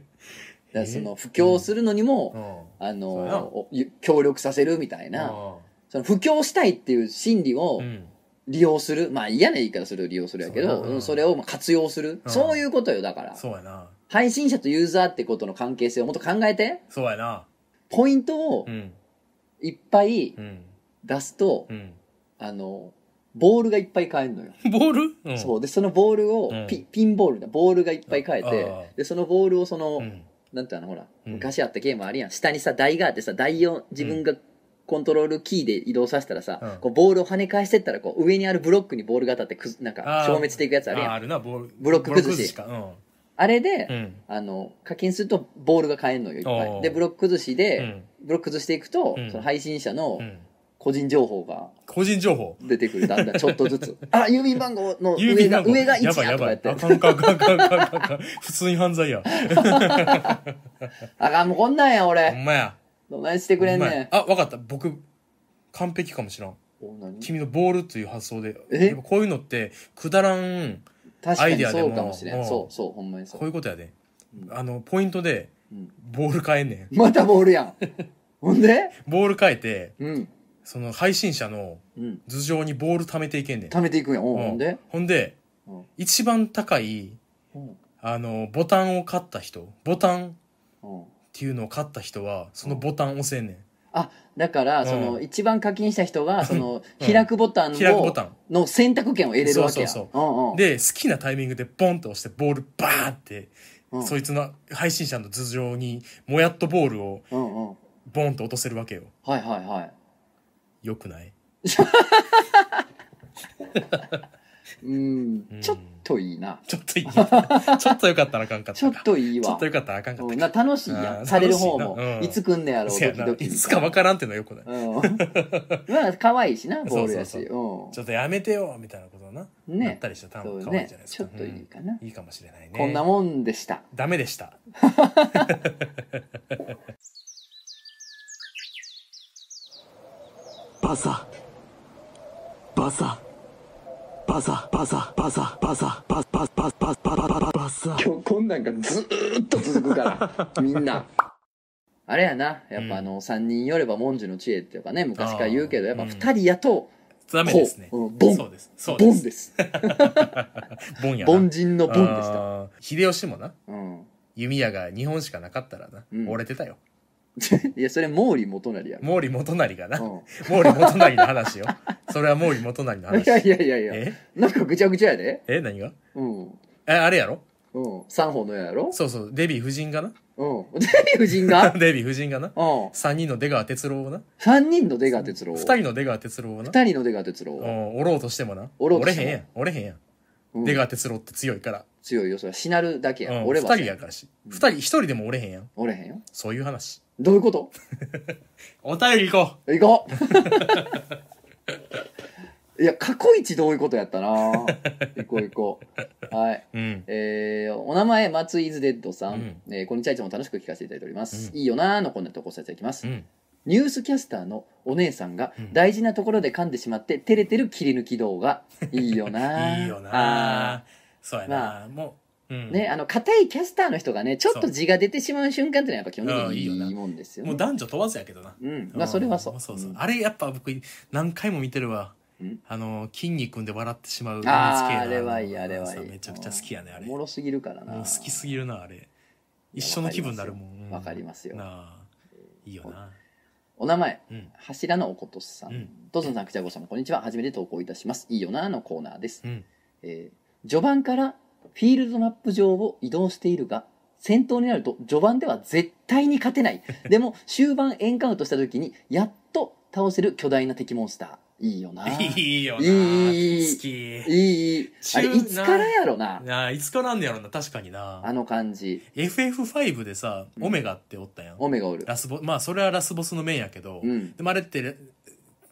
S1: らその布教するのに
S2: う
S1: も、
S2: ん
S1: あの
S2: そうやな
S1: おゆ協力させるみたいな、その布教したいっていう心理を
S2: うん
S1: 利用する、まあ嫌な言い方する利用するやけ
S2: そうや
S1: ど
S2: な
S1: うんそれをまあ活用する、
S2: うん
S1: そういうことよだから
S2: そうやな
S1: 配信者とユーザーってことの関係性をもっと考えて
S2: そうやな
S1: ポイントを
S2: うん
S1: いっぱい
S2: うん
S1: 出すと
S2: う、ん
S1: あのボールがいっぱい買えるのよ、
S2: ボールうん
S1: そうでそのボールを
S2: うん
S1: ピ,、ピンボールだボールがいっぱい買え
S2: あ
S1: て
S2: あ
S1: でそのボールをその、
S2: うん
S1: なんていうのほら、
S2: うん
S1: 昔あったゲームあるやん下にさ台があってさ台を自分がコントロールキーで移動させたらさ、
S2: うん
S1: こうボールを跳ね返してったらこう上にあるブロックにボールが当たってくずなんか
S2: あー
S1: 消滅していくやつあるやん
S2: あ
S1: あ
S2: あるなボール
S1: ブロック崩し
S2: ブロッか
S1: れで、
S2: うんうん
S1: あの課金するとボールが買えるのよいっぱ
S2: お
S1: いうでブロック崩し
S2: う
S1: で、
S2: ん
S1: ブロック崩していくと、
S2: うん
S1: その配信者の
S2: うん
S1: 個人情報が
S2: 個人情報
S1: 出てくるだんだんちょっとずつあ郵便番号の
S2: 郵
S1: 上
S2: 便
S1: が
S2: 番号
S1: 上が1
S2: やばい
S1: やと
S2: や
S1: か
S2: ば
S1: やっ
S2: い
S1: て
S2: あかんあかんあかんあかんあかんあかん普通に犯罪や
S1: あかんもうこんなんや
S2: ほ
S1: 俺
S2: んまや
S1: どないしてくれん
S2: ほんま
S1: ね
S2: や
S1: ん
S2: あわかった僕完璧かもしらん
S1: お何
S2: 君のボールという発想で
S1: え
S2: やっぱこういうのってくだらん
S1: 確
S2: ア
S1: か
S2: イ
S1: に
S2: デアでも
S1: そうかもしれ
S2: うんん
S1: そうそうほんまにそ
S2: こ
S1: う
S2: ういうことやであのポイントで
S1: うん
S2: ボール変えんねん
S1: またボール やんほんで
S2: ボール変えて
S1: うん
S2: その配信者の
S1: うん
S2: 頭上にボール貯めていけんねん
S1: 貯めていくんやおう
S2: うん
S1: ほんで
S2: ほんで
S1: うん
S2: 一番高い
S1: うん
S2: あのボタンを買った人ボタンっ
S1: うん
S2: ていうのを買った人はそのボタン押せんね
S1: あだから
S2: うん
S1: その一番課金した人がその
S2: うん
S1: 開くボタン
S2: ん
S1: を
S2: 開くボタン
S1: の選択権を得れるわけや
S2: そうそう
S1: うんうん
S2: で好きなタイミングでボンと押してボールバーンって
S1: うん
S2: そいつの配信者の頭上にもやっとボールを
S1: うんうん
S2: ボンと落とせるわけよ
S1: はいはいはい
S2: よくない
S1: うん
S2: うん
S1: ちょっといいな
S2: ちょっとい いちょっとよかったらあかんかったか
S1: ちょっといい
S2: ちょっ
S1: わ
S2: とよかったらあかんかっ
S1: う
S2: た
S1: ん
S2: か
S1: な楽しいや
S2: あー
S1: んされる方
S2: 楽しいな
S1: も
S2: うん
S1: いつ来んねやろう
S2: せや
S1: ドキ
S2: な
S1: ド
S2: い
S1: キみた
S2: つかわからんっていうのはよくない
S1: うん まあ可愛いしなボールやし
S2: そうそう
S1: うん
S2: ちょっとやめてよみたいなことな、
S1: ね
S2: なったりしたら多
S1: そう
S2: 分可愛い
S1: ね
S2: じゃないです
S1: ち
S2: か
S1: ょっといいかな、
S2: うんいいかもしれないね
S1: こんなもんでした
S2: ダメでした
S3: バサバサバサバサバサバサバサバサバサバサバサバサ
S1: 今日こんなんがずーっと続くからみんなあれやなやっぱあの、3人よれば文殊の知恵っていうかね昔から言うけど
S2: あ
S1: やっ
S2: ー
S1: ぱ2人やと
S2: ダメですね、
S1: こううんボン
S2: そうですそう
S1: ボ
S2: で
S1: ン
S2: す
S1: です
S2: ボンやな
S1: 凡人のボンでした
S2: あー秀吉もな
S1: うん
S2: 弓矢が2本しかなかったらな、
S1: うん
S2: 折れてたよ
S1: いやそれ毛利元就やろ
S2: 毛利元就がな、
S1: う
S2: 毛利元就の話よそれは毛利元就の
S1: ん、
S2: 話
S1: いやいやいやいや
S2: え
S1: なんかぐちゃぐちゃやで
S2: え何が
S1: うん
S2: えあれやろ
S1: うん三方の矢やろ
S2: そうそうデヴィ夫人がな
S1: うん デヴィ夫人が
S2: デヴィ夫人がな
S1: うん
S2: 3人の出川哲郎をな
S1: 3人の出川哲郎
S2: 2
S1: 2
S2: 人の出川哲郎をな
S1: 人の出川哲
S2: う
S1: 郎、
S2: ん折ろうとしてもな
S1: 折ろうと
S2: 折
S1: し
S2: れ
S1: て
S2: へ
S1: も
S2: んやん折れへんやん
S1: うん、
S2: 出川哲郎って強いから
S1: 強いよそれはしなるだけや、
S2: うん、
S1: 俺
S2: 2
S1: は
S2: 人やからし
S1: うん
S2: 2人1人でも折れへんやん
S1: 折れへんよ
S2: そういう話
S1: どういうこと
S2: お便り行こ
S1: 行こういや過去一どういうことやったな行こう行こうはい
S2: うんうん
S1: えーお名前松井ズデッドさん、
S2: う
S1: えーこんにちはいつも楽しく聞かせていただいております、
S2: うん
S1: いいよなーのこんなとこさせていただきます、
S2: うん
S1: ニュースキャスターのお姉さんが
S2: うん
S1: 大事なところで噛んでしまって照れてる切り抜き動画いいよなー
S2: いいよな
S1: あ
S2: そうや
S1: ま
S2: なもうう
S1: ー
S2: ん
S1: ね、あの硬いキャスターの人がねちょっ
S2: そ
S1: と
S2: う
S1: 字が出てしまう瞬間ってのはやっぱ基本的
S2: うんい
S1: に
S2: いよない
S1: いもんですよ
S2: もう
S1: ね
S2: 男女問わずやけどな
S1: うんまあそれはそ
S2: ん
S1: う
S2: そうそう
S1: うん
S2: あれやっぱ僕何回も見てるわ
S1: うん
S2: あの筋肉で笑ってしまう NHK の
S1: あー
S2: の
S1: あれはいいあれは
S2: さ
S1: いい
S2: めちゃくちゃ好きやねあれ
S1: おも
S2: もう
S1: ろすぎるからな
S2: 好きすぎるなあれ一緒の気分になるもん
S1: わかりますよ
S2: うんなあいいよな
S1: お名前
S2: うん
S1: 柱のおことさん、
S2: うん
S1: ドズンさんくちゃごさんこんにちは初めて投稿いたしますいいよなーのコーナーです、
S2: うん
S1: えー序盤からフィールドマップ上を移動しているが先頭になると序盤では絶対に勝てない でも終盤エンカウントした時にやっと倒せる巨大な敵モンスターいいよな
S2: い
S1: い
S2: いよない
S1: い
S2: 好き
S1: いいいあれ
S2: 中
S1: いつからやろな
S2: なあいつからあんねやろな確かにな
S1: あの感じ
S2: FF5 でさ、
S1: うん
S2: オメガっておったやん
S1: オメガおる
S2: ラスボまあそれはラスボスの面やけど、
S1: うん
S2: でもあれってれ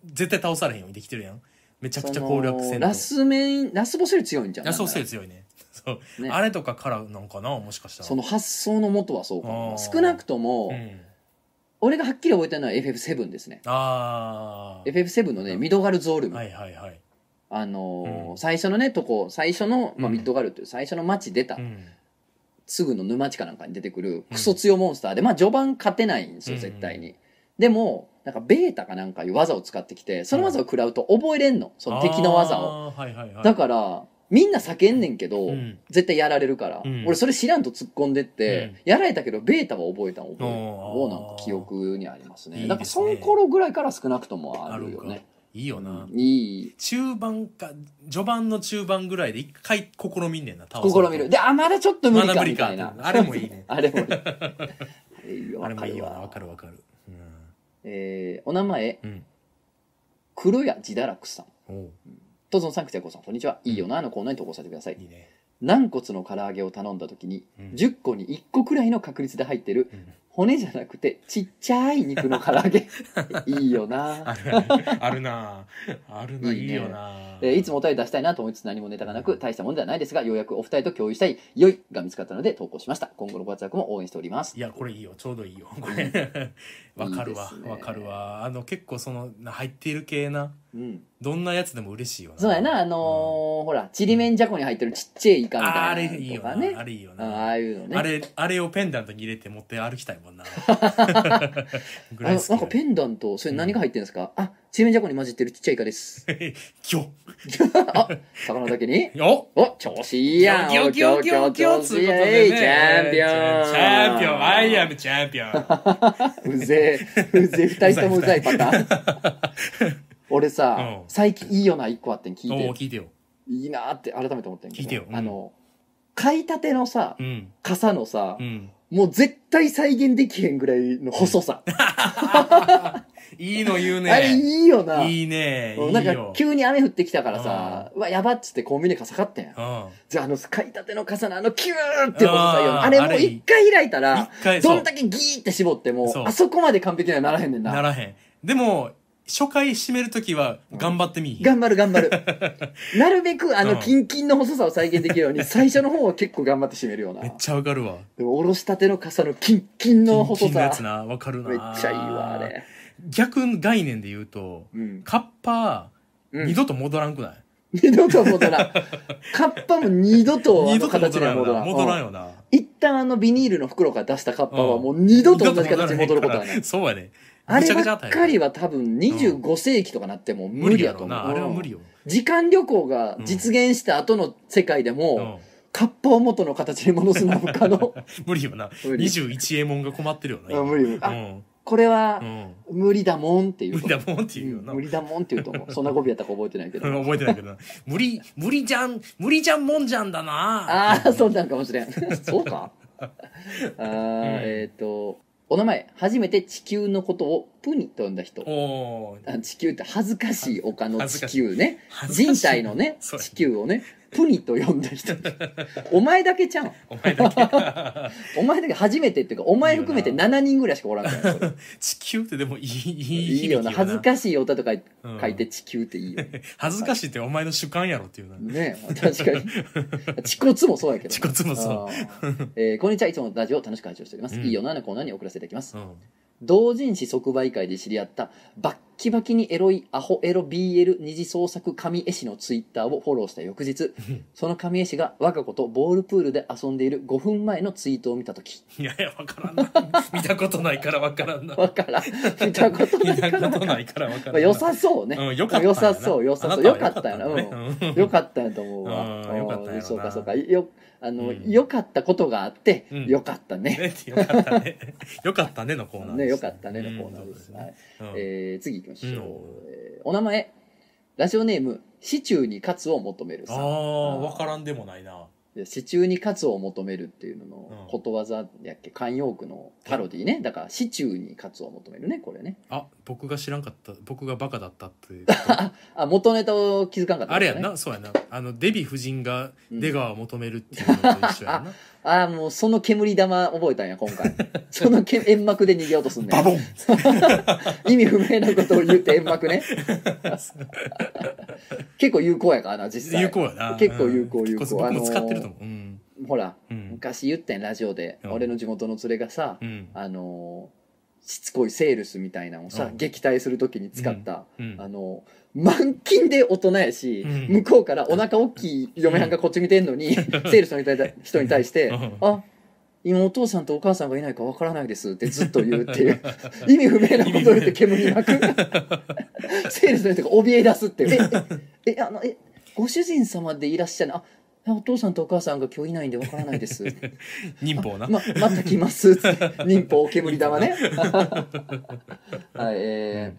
S2: 絶対倒されへんようにできてるやんめちゃくちゃ攻略
S1: そ
S2: 戦
S1: のラスメインラスボスより強いんじゃん
S2: ラスボス
S1: な
S2: よ
S1: ん
S2: り
S1: な
S2: 強いね そう、
S1: ね
S2: あれとかからなんかなもしかし
S1: ら
S2: たら
S1: その発想の元はそうか
S2: あ
S1: も
S2: ー
S1: 少なくとも、
S2: うん、
S1: 俺がはっきり覚えてるのは FF7 ですね
S2: ああ
S1: FF7 のね
S2: うん
S1: ミドガルゾールム
S2: はいはいはい、
S1: あのー
S2: うん
S1: 最初のねとこ最初の、まあ、
S2: うん
S1: ミッドガルっていう最初の町出た、
S2: うん、
S1: すぐの沼地かなんかに出てくるクソ強モンスターで、まあ序盤勝てないんですよ
S2: うん
S1: 絶対に、でもなんかベータかなんかいう技を使ってきてその技を食らうと覚えれんのその敵の技を
S2: あーはいはいはい
S1: だからみんな叫んねんけど、
S2: うん
S1: 絶対やられるから、
S2: うん
S1: 俺それ知らんと突っ込んでって、やられたけどベータは覚えたん覚えた
S2: おー
S1: のをなんか記憶にありますね
S2: いいですね
S1: だからその頃ぐらいから少なくともあ
S2: あ
S1: る
S2: る
S1: よ
S2: か
S1: ね
S2: いいよな、
S1: うんいい
S2: 中盤か序盤の中盤ぐらいで一回試みんねんな倒す
S1: 試みるであまだちょっと無理
S2: ま
S1: か
S2: だ無
S1: み
S2: 理か
S1: たいな、
S2: あれもいいね
S1: あれもい いあ
S2: あれ
S1: れ
S2: も
S1: も
S2: い
S1: い
S2: い
S1: い
S2: よ
S1: わ
S2: なわかるわかる
S1: えーお名前
S2: うん、うん
S1: 黒谷自堕落さん
S2: おう
S1: とぞんさんくちゃこさんこんにちはいいよなあのコーナーに投稿させてください
S2: いいね、
S1: 軟骨の唐揚げを頼んだ時に
S2: うん
S1: 10個に1個くらいの確率で入ってる
S2: うん
S1: 骨じゃなくてちっちゃい肉の唐揚 げいいよな
S2: あるあるあるなあるない
S1: い
S2: い
S1: ね
S2: よな
S1: えーいつもお便り出したいなと思いつつ何もネタがなく大したものではないですがようやくお二人と共有したい「良い」が見つかったので投稿しました今後のご活躍も応援しております
S2: いやこれいいよちょうどいいよこれわかるわ
S1: いいですね
S2: わかるわあの結構その入っている系な
S1: うん
S2: どんなやつでも嬉しいよな
S1: そうやなあのーほらちりめんじゃこに入ってるちっちゃいイカみ
S2: あー
S1: た
S2: あれ
S1: いない
S2: い
S1: のと
S2: よ
S1: か
S2: な、
S1: ね
S2: あれいいよ
S1: あ
S2: な
S1: ああいうのね
S2: あれあれをペンダントに入れて持って歩きたいもんなぐ
S1: あ
S2: らい
S1: の
S2: 好き
S1: なんかペンダントそれ何が入ってるんですか、あちりめんじゃこに混じってるちっちゃいイカです
S2: ギョ
S1: あ魚だけに
S2: よ
S1: お調子いいやん
S2: ギョギョギョギョ
S1: お
S2: っ
S1: 調
S2: つ
S1: 子
S2: う
S1: い
S2: こ
S1: い
S2: と
S1: やん
S2: で
S1: えい
S2: ね
S1: チャンピオン
S2: チャンピオンアイアムチャンピオン
S1: うぜえうぜえ二人ともうざいパターン俺さ、
S2: うん
S1: 最近いいよな一個あってん聞いて
S2: お
S1: よ
S2: お聞いてよ
S1: いいなーって改めて思ったんやけど
S2: 聞いてようん
S1: あの買いたてのさ
S2: うん
S1: 傘のさ
S2: う、ん
S1: もう絶対再現できへんぐらいの細さ、
S2: いいの言う
S1: あれ
S2: ね
S1: いいよない
S2: いね
S1: うん
S2: い
S1: ないんか
S2: よ
S1: 急に雨降ってきたからさ、うわやばっつってコンビニで傘買ってんやん
S2: うん
S1: じゃああの買いたての傘のあのキューって細さよ
S2: あー
S1: あれも
S2: あ
S1: う
S2: れいい
S1: 一回開いたら
S2: 一回
S1: ど
S2: そうん
S1: だけギーって絞っても
S2: そう
S1: あそこまで完璧にはならへんねんな
S2: ならへんでも初回締めるときは頑張ってみいひん
S1: 頑張る頑張 るなるべくあ
S2: う
S1: の
S2: ん
S1: キンキンの細さを再現できるよう に最初の方は結構頑張って締めるような
S2: めっちゃわかるわ
S1: でもおろしたての傘のキンキンの細
S2: 金のやつ
S1: さ
S2: なわかるな
S1: めっちゃいいわあれ
S2: 逆概念で言うと
S1: うん、
S2: カッパ
S1: うん、
S2: 二度と戻らんくない
S1: 二度と戻らん カッパも二度とあ
S2: 二
S1: の
S2: 度と
S1: 形
S2: 戻
S1: には
S2: らんよ
S1: 戻ら
S2: な
S1: ん
S2: 戻らん
S1: うん
S2: よな
S1: 一旦あのビニールの袋から出したカッパは
S2: うん
S1: もう二度と同じ形に戻ることは
S2: 二度と戻ら
S1: な
S2: へん
S1: い
S2: からそうやね
S1: あれ
S2: ぐちゃ
S1: ば
S2: ぐちゃ
S1: っかりは多分25世紀とかなっても無
S2: 無理
S1: 理や
S2: や
S1: と
S2: ろ
S1: 思う、
S2: なあれは無理
S1: うん
S2: よ
S1: 時間旅行が実現した後の世界でも、
S2: うん
S1: カッパを元の形に戻すのは不可 能
S2: 無理よな
S1: 無理
S2: 21エモンが困ってるよな
S1: あ無理無理
S2: う
S1: あ
S2: ん
S1: これは
S2: うん
S1: 無理だもんっていう
S2: 無理だもんっていうよ
S1: うん
S2: な
S1: 無理だもんって言うと思う そんな語尾やったか覚えてないけど
S2: 覚えてないけどな無理無理じゃん無理じゃんもんじゃんだな
S1: ああそうなんかもしれん そうかあーえっ、とお名前初めて地球のことをプに呼んだ人
S2: おー
S1: あ地球って恥ずかしい丘の
S2: 恥ず
S1: 地
S2: かしい
S1: 球ね
S2: 恥ずか
S1: 人
S2: しい
S1: 体のね
S2: そう
S1: 地球をねプニと呼んだ 人お前だけちゃうん
S2: お前だけ
S1: お前だけ初めてっていうかお前含めて
S2: いいよ
S1: 7人ぐらいしかおらんからそれ
S2: 地球ってでもいいいい
S1: いいよな恥ず
S2: し
S1: かしい歌とか
S2: うん
S1: 書いて地球っていいよ ね
S2: 恥ずかしいってお前の主観やろっていうな
S1: ね 確かに恥骨もそうやけど
S2: 恥骨もそう
S1: あーえーこんにちはいつもラジオ楽しく拝聴しております、
S2: うん
S1: いいよなのコーナーに送らせていただきます、
S2: うん
S1: 同人誌即売会で知り合ったバッキバキにエロいアホエロ BL 二次創作神絵師のツイッターをフォローした翌日 その神絵師が我が子とボールプールで遊んでいる5分前のツイートを見た時
S2: いやいや分からんな 見たことないから分からんな
S1: わ からん見たことな
S2: 見
S1: いか
S2: た
S1: ら
S2: ことないから分か
S1: ま
S2: らん
S1: あ、
S2: な
S1: 良さそうね、
S2: うん良かったんやな
S1: 良さそう良さそう
S2: あな
S1: 良
S2: た
S1: か
S2: は
S1: ったよな、
S2: 良かったね
S1: うん、良かったや
S2: うん
S1: と思うわ
S2: うん良かったんやろな
S1: そうかそうかよあの、
S2: うん
S1: 良かったことがあって、
S2: うん
S1: 良かったね
S2: ねよかったね。よかったねのコーナーです。
S1: ね良かったねのコーナーです、
S2: うん
S1: はい
S2: そうですね
S1: えー次行きましょう、
S2: うん
S1: えーお名前ラジオネームシチューにカツを求める
S2: うん
S1: さ
S2: あ
S1: ん
S2: あ、わからんでもないな。
S1: でシチューにカツを求めるっていうのの
S2: うん
S1: ことわざやっけ慣用句のパロディねだからシチューにカツを求めるねこれね
S2: あ、僕が知らんかった、僕がバカだったって いうこと
S1: あ元ネタを気づかんかった
S2: あ
S1: で
S2: れ
S1: す
S2: や
S1: ね
S2: んな、そうやな。あの、デヴィ夫人が
S1: うん
S2: 出川を求めるっていうのと一緒やんな。
S1: ああもうその煙玉覚えたんや今 回そのけ煙幕で逃げようとすんね
S2: バ
S1: ん
S2: ボン
S1: 意味不明なことを言って煙 幕ね結構有効やからな実際
S2: 有効やな。
S1: 結構有効
S2: うん
S1: 有効
S2: 結構僕も使ってると思う。うん。
S1: ほら
S2: うん。
S1: 昔言ったんやラジオで、
S2: うん
S1: 俺の地元の連れがさ、
S2: うん。
S1: あのーしつこいセールスみたいなのをさ、
S2: うん
S1: 撃退する時に使った、
S2: うん
S1: あのー満勤で大人やし、
S2: うん
S1: 向こうからお腹大きい嫁はんがこっち見てんの に、セールスの人に対人に対して
S2: うん
S1: 「あ今お父さんとお母さんがいないかわからないです」ってずっと言うって いう意味不明なことを言って煙巻くセールスの人が怯え出すっていうええあのえご主人様でいらっしゃるあお父さんとお母さんが今日いないんでわからないです
S2: 忍法な。
S1: ままた来ますつって忍法煙玉 ねはいえー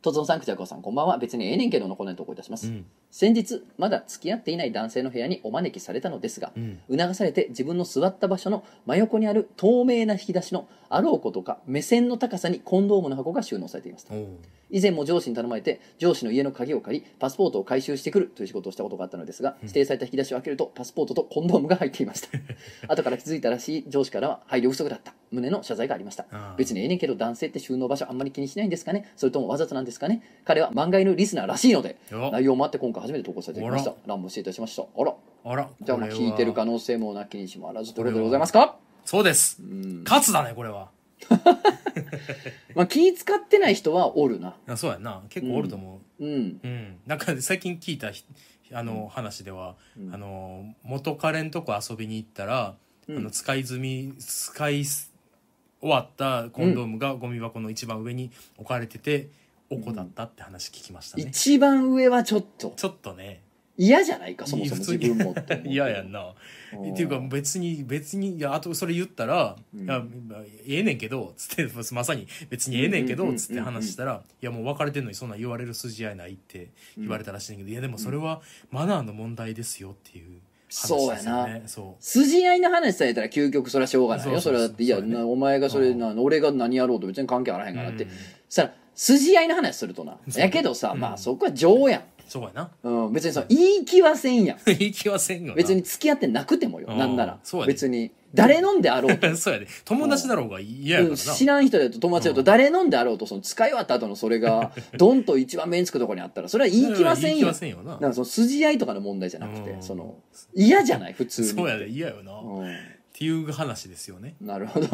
S1: とつのさんくちゃこさんこんばんは別にええねんけどのこのとこいたします、
S2: うん。
S1: 先日まだ付き合っていない男性の部屋にお招きされたのですが
S2: うん。
S1: 促されて自分の座った場所の真横にある透明な引き出しのあろうことか目線の高さにコンドームの箱が収納されていました
S2: おう
S1: 以前も上司に頼まれて上司の家の鍵を借りパスポートを回収してくるという仕事をしたことがあったのですが指定された引き 出しを開けるとパスポートとコンドームが入っていました後から気づいたらしい上司からは配慮不足だった胸の謝罪がありました
S2: ああ
S1: 別にええねんけど男性って収納場所あんまり気にしないんですかねそれともわざとなんですかね彼は漫画犬リスナーらしいので
S2: よ
S1: 内容もあって今回初めて投稿されてきました
S2: あら
S1: 乱暴していたしましたあら
S2: あら
S1: じゃあまあ
S2: これは
S1: 聞いてる可能性もなきにしもあらずということでございますか
S2: そうです
S1: うん
S2: 勝つだねこれは
S1: まあ気使ってない人はおるない
S2: やそうやんな結構おると思
S1: うん
S2: ううん、なんか最近聞いたひあの、話では、
S1: うん
S2: あの元彼んとこ遊びに行ったら、
S1: うん
S2: あの使い済み使いす終わったコンドームがゴミ箱の一番上に置かれてて、おこだったって話聞きましたね、
S1: 一番上はちょっと
S2: ちょっとね
S1: 嫌じゃないかそもそも
S2: 普通
S1: 自
S2: に
S1: 分も って思うけど
S2: 嫌やんな
S1: うん
S2: っていうか別に別にいやあとそれ言ったら「
S1: うん
S2: いやええねんけど」つって まさに「別にええねんけ
S1: うん
S2: ど
S1: う」ん
S2: つって話したら「いやもう別れてんのにそんなん言われる筋合いない」って言われたらしいんだけど「いやでもそれはマナーの問題ですよ」っていう話ですよねそう
S1: 筋合いの話されたら究極それはしょうがないよそ
S2: そうそうそう
S1: れはだっていや
S2: そうね
S1: なお前がそれ
S2: うん
S1: な俺が何やろうと別に関係あらへんからって、
S2: うん
S1: さら筋合いの話するとな
S2: そう
S1: やけどさ、
S2: うん
S1: まあそこは情やん、
S2: そうやな
S1: うん、別にその言い気はせんやん
S2: 言い気はせんよな
S1: 別に付き合ってなくてもよ
S2: うん
S1: なんなら
S2: そうやね
S1: 別に誰飲んであろうと
S2: そうやで友達だろうが嫌やか
S1: うん
S2: ら
S1: 知
S2: な
S1: らん人だと友達だ
S2: う
S1: と
S2: ん
S1: 誰飲んであろうとその使い終わった後のそれ がドンと一番目につくところにあったらそれは言い気はせん
S2: 言い気
S1: や
S2: は
S1: ん
S2: せんよな
S1: なんかその筋合いとかの問題じゃなくて、
S2: うん
S1: その嫌じゃない普通に
S2: そうやで嫌よなっ
S1: うん
S2: ていう話ですよね
S1: なるほ ど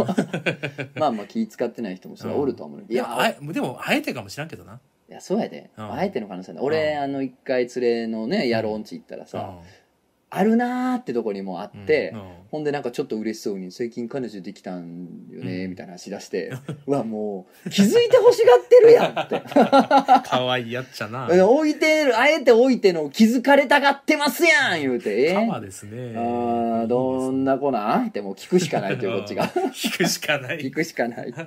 S1: まあまあ気使ってない人もそれはおるとは思う、い
S2: いや
S1: や
S2: あでもあえてかもしらんけどない
S1: やそうやで、
S2: うん
S1: あえての可能性ない俺、
S2: うん
S1: あの一回連れのね野郎んち行ったらさ、あるなーってとこにもあって、
S2: うんうん
S1: ほんでなんかちょっと嬉しそうに「最近彼女できたんよね」
S2: うん
S1: みたいな話し出して 「うわもう気づいて欲しがってるやん」って
S2: 可愛いやっちゃな。
S1: 「置いてるあえて置いての気づかれたがってますやん」言うて「え
S2: カ
S1: ー
S2: マですね。
S1: あーどんな子なん?」ってもう聞くしかないというこっ ちが。
S2: 引くしかない
S1: 行。くしかないだ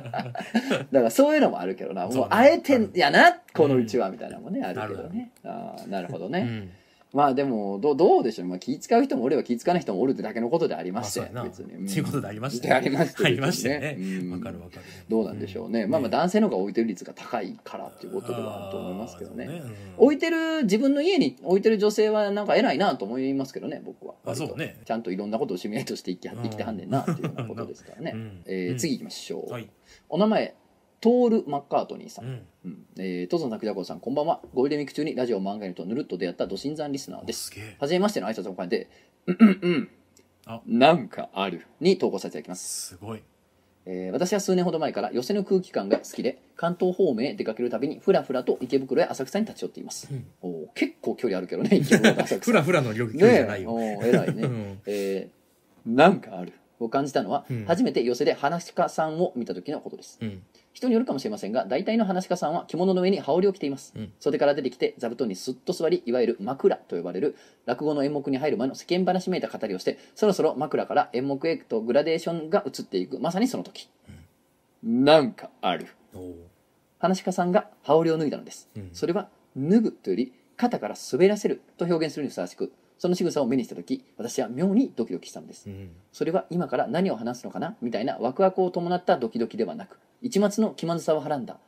S1: からそういうのもあるけどな
S2: そう
S1: もう
S2: ね
S1: あえてやなこのうちはみたいなのもね、あるけど
S2: なる
S1: ねあーなるほど
S2: う
S1: ね、
S2: ん
S1: まあでもどうどうでしょう、まあ、気使う人もおれば気使わない人もおるってだけのことでありまして、
S2: まあそうやな
S1: 別に、ん
S2: っていうことでありまして
S1: でありまして
S2: ありまして
S1: 別に
S2: ね。
S1: うん
S2: わかるわかる。
S1: どうなんでしょうね、まあまあ男性の方が置いてる率が高いからっていうことではあると思いますけどね
S2: あーそう
S1: 置いてる自分の家に置いてる女性はなんか偉いなと思いますけどね僕は
S2: あそうね
S1: ちゃんといろんなことを趣味として生きは生きてはんねんなっていうようなことですからね、
S2: うん
S1: えー
S2: うん
S1: 次行きましょう、
S2: はい。
S1: お名前トール・マッカートニーさ、
S2: うんん。
S1: うんえー、トゾナクジャコウさんこんばんはゴールデンウィーク中にラジオ漫画犬とぬるっと出会ったドシンザンリスナー
S2: お
S1: です
S2: すげえ。
S1: 初めましての挨拶を兼ねて「うんうんうん
S2: あ
S1: なんかある」に投稿させていただきます、
S2: すごい。
S1: えー私は数年ほど前から寄せの空気感が好きで関東方面へ出かけるたびにふらふらと池袋や浅草に立ち寄っています、
S2: うん
S1: おー結構距離あるけどね池袋と浅草
S2: フラフラの旅行じ
S1: ね
S2: ゃない
S1: え
S2: よ。
S1: おー偉いね、
S2: うん
S1: えーなんかあるを感じたのは、
S2: うん
S1: 初めて寄せで話し家さんを見た時のことです
S2: うん。
S1: 人によるかもしれませんが大体の話し家さんは着物の上に羽織を着ています、
S2: うん
S1: 袖から出てきて座布団にすっと座りいわゆる枕と呼ばれる落語の演目に入る前の世間話めいた語りをしてそろそろ枕から演目へとグラデーションが移っていくまさにその時、なんかある
S2: おー
S1: 話し家さんが羽織を脱いだのです、
S2: うん
S1: それは脱ぐというより肩から滑らせると表現するにふさわしくその仕草を目にした時私は妙にドキドキしたのです、
S2: うん。
S1: それは今から何を話すのかなみたいなワクワクを伴ったドキドキではなく一抹の気まずさをはらんだ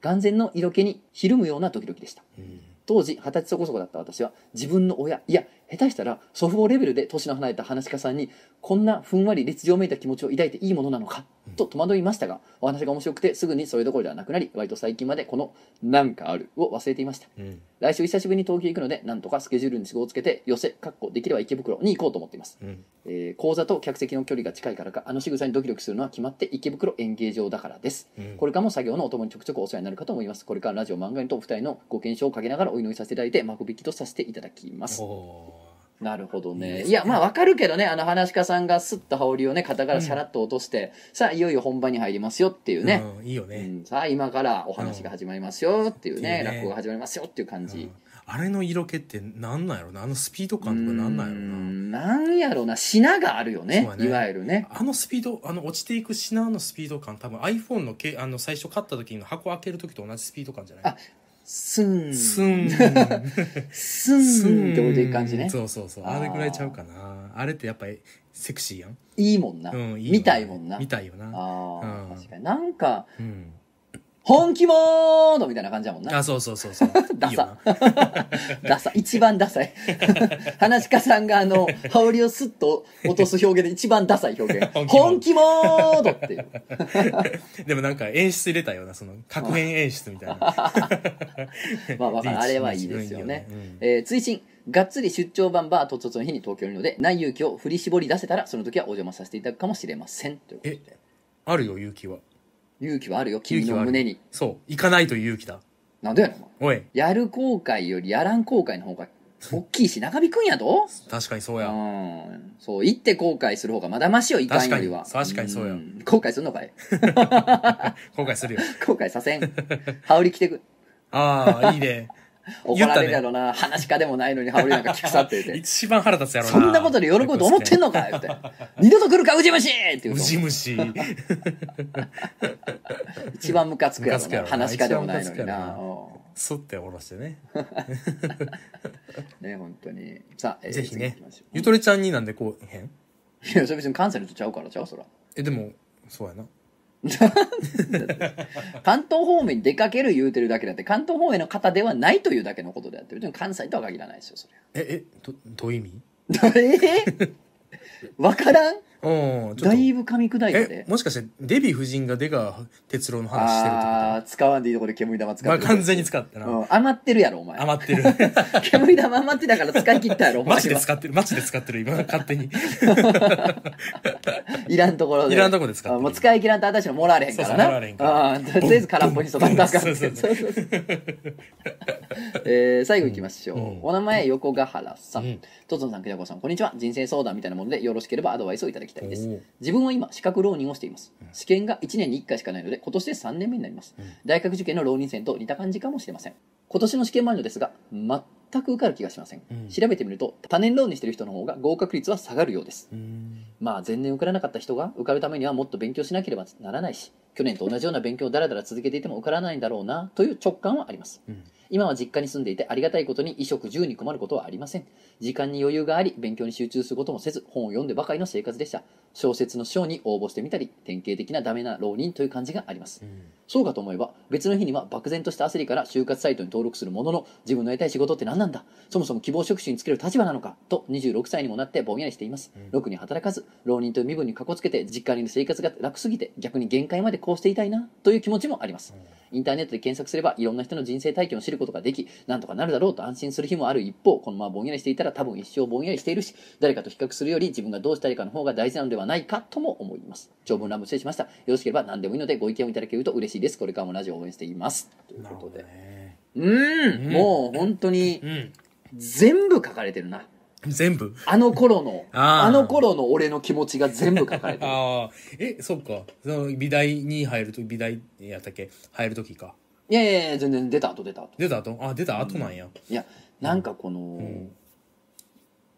S1: 眼前の色気にひるむようなドキドキでした
S2: うん
S1: 当時二十歳そこそこだった私は自分の親いや下手したら祖父母レベルで年の離れた話し家さんにこんなふんわり劣情めいた気持ちを抱いていいものなのかと戸惑いましたがお話が面白くてすぐにそれどころではなくなり割と最近までこの「なんかある」を忘れていました
S2: うん。
S1: 来週久しぶりに東京行くのでなんとかスケジュールに都合をつけて寄せかっこできれば池袋に行こうと思っています
S2: うん。
S1: えー、講座と客席の距離が近いからかあの仕草にドキドキするのは決まって池袋演芸場だからです
S2: うん
S1: これからも作業のお供にちょくちょくお世話になるかと思いますこれからラジオ漫画にとお二人のご検証をかけながらお祈りさせていただいて幕引きとさせていただきます
S2: お
S1: なるほど
S2: いい
S1: ね
S2: で
S1: いやまあわかるけどねあの話し家さんがスッと羽織をね肩からシャラッと落として、さあいよいよ本番に入りますよっていう
S2: ー。
S1: ね、
S2: うん。いいよ
S1: うん
S2: ね。
S1: さあ今からお話が始まりますよっていうね,、
S2: うん
S1: 落語が始まりますよっていう感じ、
S2: うんあれの色気ってなんなんやろな。あのスピード感とかなんなんやろ
S1: う
S2: な。
S1: んなんやろな品があるよね
S2: そうやね
S1: いわゆるね
S2: あのスピードあの落ちていく品のスピード感多分 iPhone のけあの最初買った時の箱開ける時と同じスピード感じゃない
S1: スーン
S2: スーン
S1: スーンって置いていく感じね
S2: そうそうそう
S1: あー
S2: あれぐらいちゃうかなあれってやっぱりセクシーやん、
S1: いいもんな、
S2: うん、いいよな
S1: 見たいもんな
S2: 見たいよな
S1: あー
S2: うん
S1: 確かになんか
S2: うん
S1: 本気モードみたいな感じだもんな。
S2: あ、そうそうそうそう。
S1: ダ
S2: いいよ
S1: サ
S2: な。。
S1: ダサ。一番ダサ い。話し家さんがあの、羽織をスッと落とす表現で一番ダサい表現。 本
S2: 本
S1: 気モードっていう。
S2: でもなんか演出入れたような、その、格変演出みたい な。
S1: まあわかる。
S2: リーチ
S1: あれはいいですよね
S2: リーチのいいよね。
S1: えー追伸。がっつり出張版バー突突の日に東京にいるので、ない勇気を振り絞り出せたら、その時はお邪魔させていただくかもしれません。ということで
S2: え、あるよ、勇気は。
S1: 勇気はあるよ、君
S2: 勇気は
S1: の
S2: ある
S1: 胸に。
S2: そう。行かないという勇気だ。
S1: なんでやねん、お前
S2: おい。
S1: やる後悔よりやらん後悔の方が大きいし、長引くんやと
S2: 確かにそう
S1: う
S2: や。
S1: ん。そう、行って後悔する方がまだましよ、いかんよりは。
S2: 確かに確かにそうや
S1: ん後悔すんのかい
S2: 後悔するよ。
S1: 後悔させん。羽織着てく。
S2: ああ、い いね。
S1: 怒られるやろな。話し家でもないのに羽織なんか着腐って言って。
S2: 一番腹立つやろな。
S1: そんなことで喜ぶと思ってんのかよって。二度と来るか、ウジ虫って言う
S2: ウ
S1: と。
S2: ジ虫。
S1: 一番ムカつくやろ
S2: ムカつく
S1: な。
S2: やろな
S1: 話し家でもないのに
S2: 一番ムカ
S1: な。
S2: つくや
S1: う
S2: そって下ろしてね。
S1: んね、本当に。さあ、えー
S2: ぜひね
S1: 次行きましょう
S2: ゆとりちゃんになんでこうへん
S1: いや、それ別に関西の人ちゃうからちゃう、そら。
S2: え、でも、そうやな。
S1: 関東方面に出かける言うてるだけだって関東方面の方ではないというだけのことであって別に関西とは限らないですよそ
S2: え、え、ど、どういう意味
S1: れはえーわからん
S2: うん、ちょ
S1: だ
S2: っと。
S1: いぶ噛み砕いて
S2: え
S1: て、
S2: もしかして、デヴィ夫人が出川哲郎の話してるって
S1: ああー使わんでいいとこで煙玉
S2: こと
S1: 使っ
S2: まあ、
S1: てる、
S2: 完全に使ってな。
S1: うん、余ってるやろお前
S2: 余ってる。
S1: 煙玉余ってたから使い切ったやろお前
S2: マ
S1: は
S2: ジで使ってる。マジで使ってる。今、勝手に。
S1: いらんところで
S2: いらんとこで使って
S1: あ
S2: る
S1: もう使い切らんと私のもらわれへんからな
S2: そうそうもらわれへんから
S1: あーとり あえず空っぽにしとかんとあかん
S2: ボンボンボン
S1: そうそうそうえー最後いきましょう、
S2: うん
S1: お名前横ヶ原さん、
S2: うん
S1: とつのさんくじゃこさんこんにちは人生相談みたいなものでよろしければアドバイスをいただきたいです
S2: おー
S1: 自分は今資格浪人をしています試験が1年に1回しかないので今年で3年目になります、
S2: うん
S1: 大学受験の浪人戦と似た感じかもしれません今年の試験前のですが全く受かる気がしません、
S2: うん
S1: 調べてみると多年浪人してる人の方が合格率は下がるようです
S2: うん
S1: まあ前年受からなかった人が受かるためにはもっと勉強しなければならないし去年と同じような勉強をだらだら続けていても受からないんだろうなという直感はあります
S2: うん
S1: 今は実家に住んでいてありがたいことに衣食住に困ることはありません時間に余裕があり勉強に集中することもせず本を読んでばかりの生活でした小説の賞に応募してみたり典型的なダメな浪人という感じがあります
S2: うん
S1: そうかと思えば別の日には漠然とした焦りから就活サイトに登録するものの自分のやりたい仕事って何なんだそもそも希望職種につける立場なのかと26歳にもなってぼんやりしています、
S2: うん
S1: ろくに働かず浪人という身分にかこつけて実家にいる生活が楽すぎて逆に限界までこうしていたいなという気持ちもありますインターネットで検索すればいろんな人の人生体験を知ることができなんとかなるだろうと安心する日もある一方このままぼんやりしていたら多分一生ぼんやりしているし誰かと比較するより自分がどうしたいかの方が大事なのではないかとも思います長文乱文失礼しましたよろしければ何でもいいのでご意見をいただけると嬉しいですこれからもラジオを応援していますという
S2: な
S1: こ
S2: るほ
S1: と
S2: ど
S1: で、
S2: ね。
S1: うーん
S2: うん
S1: もう本当に
S2: うん。
S1: 全部書かれてるな
S2: 全部
S1: あの頃の
S2: あ
S1: あ
S2: ー
S1: の頃の俺の気持ちが全部書か れてる
S2: ああ、え、そっか。その美大に入ると、美大やったっけ入るときか。
S1: いやいやいや全然出た後出た後
S2: 出た後あ、出た後なんや。
S1: いやなんかこの、
S2: ん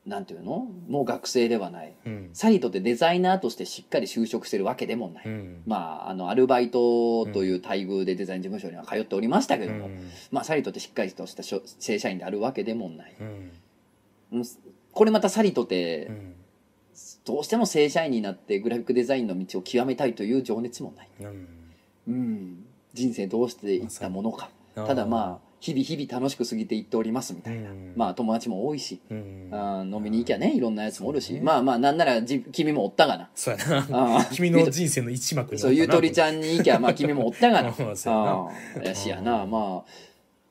S1: なんていうのもう学生ではない
S2: うん。
S1: サイトってデザイナーとしてしっかり就職してるわけでもない、
S2: うん。
S1: まああのアルバイトという待遇でデザイン事務所には通っておりましたけ
S2: う
S1: ども、
S2: ん。
S1: まあサリトってしっかりとしたしょ正社員であるわけでもない、
S2: うん。
S1: うんこれまたサリトって、
S2: うん。
S1: どうしても正社員になってグラフィックデザインの道を極めたいという情熱もない、
S2: うん
S1: うん、人生どうしていったものか
S2: あ
S1: ただまあ日々日々楽しく過ぎていっておりますみたいな、
S2: うん
S1: まあ友達も多いし、
S2: うん
S1: あー飲みに行きゃねいろんなやつもおるし、
S2: そうね
S1: まあまあなんならじ君もおったがな
S2: そうやな。
S1: あ ー
S2: 君の人生の一幕になっ
S1: そ
S2: たな
S1: うゆとりちゃんに行きゃまあ君もおったが な
S2: うんそうやな
S1: ああやしやなまあ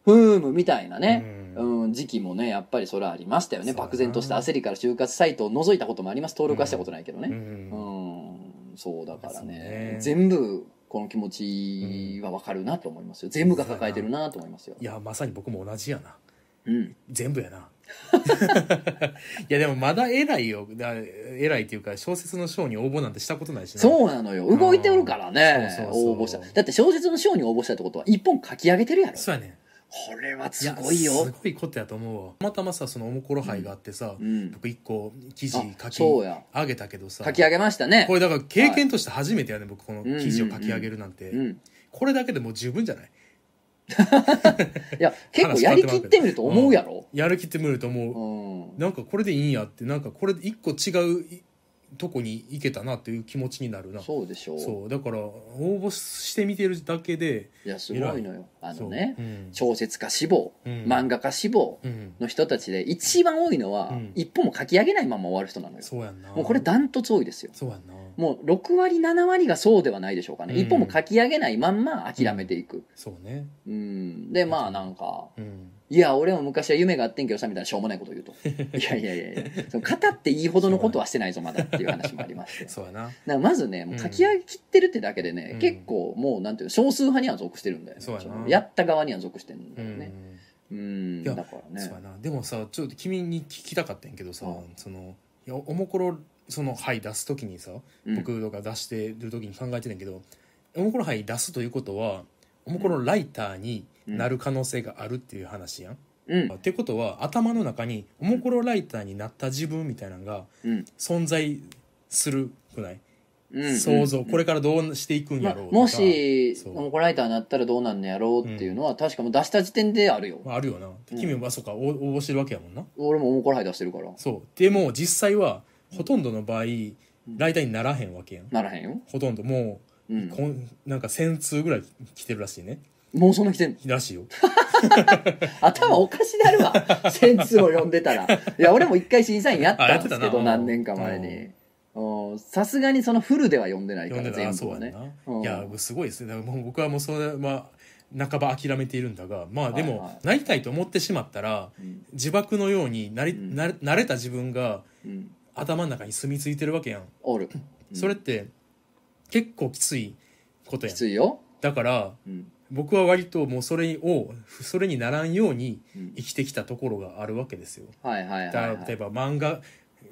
S1: ふーむみたいなね、
S2: う
S1: うんん時期もねやっぱりそれはありましたよね
S2: そうだな
S1: 漠然とした焦りから就活サイトを覗いたこともあります登録はしたことないけど
S2: う。
S1: ねうんん、そうだからね
S2: そうね
S1: 全部この気持ちはわかるなと思いますよ全部が抱えてるなと思いますよ
S2: い、や、まさに僕も同じやな。
S1: うん、
S2: 全部やな。 いや、でもまだ偉いよ。だ偉いっていうか、小説の賞に応募なんてしたことないしな。
S1: そうなのよ動いてるからね
S2: そうそうそう
S1: 応募しただって小説の賞に応募したってことは一本書き上げてるやろ
S2: そうやねん。
S1: これは
S2: い
S1: す
S2: や
S1: ごいよ
S2: すごいことやと思うわたまたまさそのおもころ杯があってさ、
S1: うん
S2: 僕一個記事書
S1: あ
S2: き
S1: そうや
S2: 上げたけどさ
S1: 書き上げましたね
S2: これだから経験として初めてやね、僕この記事を書き上げるなんて、
S1: うん
S2: これだけでもう十分じゃない
S1: い や結構やりきってみると思うやろ、
S2: やる気って無理と思う、
S1: うん
S2: なんかこれでいいんやってなんかこれで一個違ういとこに行けたなという気持ちになるな
S1: そうでしょう
S2: そうだから応募してみてるだけで
S1: いやすごいのよあのね
S2: そううん
S1: 小説家志望
S2: うん
S1: 漫画家志望
S2: うん
S1: の人たちで一番多いのは、
S2: うん
S1: 一本も書き上げないまま終わる人なのよ
S2: そうやんな
S1: もうこれダントツ多いですよ
S2: そうやんな
S1: もう6割7割がそうではないでしょうかね、
S2: うん
S1: 一本も書き上げないまんま諦めていく、
S2: そうね
S1: うんでまあなんか
S2: うん
S1: 「いや俺も昔は夢があってんけどさ」みたいなしょうもないこと 言うと「いやいやいやいやその語っていいほどのことはしてないぞまだ」っていう話もありまして
S2: そうやな
S1: なんかまずねもう書き上げきってるってだけでね、
S2: うん
S1: 結構もうなんていうの少数派には属してるんだよね
S2: そうやな
S1: のやった側には属してるん
S2: う
S1: だよ
S2: ん
S1: ねうん
S2: い
S1: だ
S2: や
S1: からね
S2: そうやなでもさちょっと君に聞きたかったんやけどさ、
S1: うん
S2: そのいやおもころその牌出す時にさ、
S1: うん
S2: 僕とか出してる時に考えてたんやけどおもころ牌出すということはおもころライターになる可能性があるっていう話やん。
S1: うん
S2: ってことは頭の中におもころライターになった自分みたいなのが
S1: うん
S2: 存在するくない、
S1: うん
S2: 想
S1: う
S2: 像
S1: ん
S2: これからどうしていくん
S1: ま
S2: や
S1: あ
S2: ろうとか、
S1: もし
S2: そう
S1: モコライターになったらどうなんのやろうっていうのは、確かもう出した時点であるよ、
S2: まあ、あるよな君はそうか応応募してるわけやもんな。
S1: 俺もモコライターしてるから
S2: そうでも実際はほとんどの場合、
S1: ん
S2: ライターにならへんわけやん、
S1: ならへんよ、
S2: ほとんども
S1: う
S2: う、
S1: ん、
S2: こんなんか1,000通ぐらい来てるらしいね
S1: もうそんな来てんの
S2: らし いよ
S1: 頭おかしなるわ センスを読んでたらいや俺も一回審査員やっ
S2: あや
S1: た
S2: っ
S1: んで
S2: てた
S1: す
S2: な
S1: けど何年か前にうんさすがにそのフルでは読んでないか
S2: 読ん
S1: ら
S2: で
S1: 全
S2: たら
S1: 部
S2: そう
S1: は
S2: やん
S1: ね
S2: な、
S1: うん
S2: いやすごいですねだからもう僕はもうそれは半ば諦めているんだがまあでも、
S1: はいは
S2: なりたいと思ってしまったら
S1: うん
S2: 自爆のようになり、
S1: うん
S2: な慣れた自分が
S1: うん
S2: 頭の中に住み着いてるわけやん、
S1: おる
S2: それっ
S1: うん
S2: て結構きついことや
S1: き
S2: ん
S1: ついよ
S2: だから
S1: うん
S2: 僕は割ともうそれをそれにならんように
S1: うん
S2: 生きてきたところがあるわけですよ。
S1: はいはい
S2: だ
S1: は
S2: か
S1: い
S2: ら
S1: は
S2: 例え
S1: い
S2: ば漫画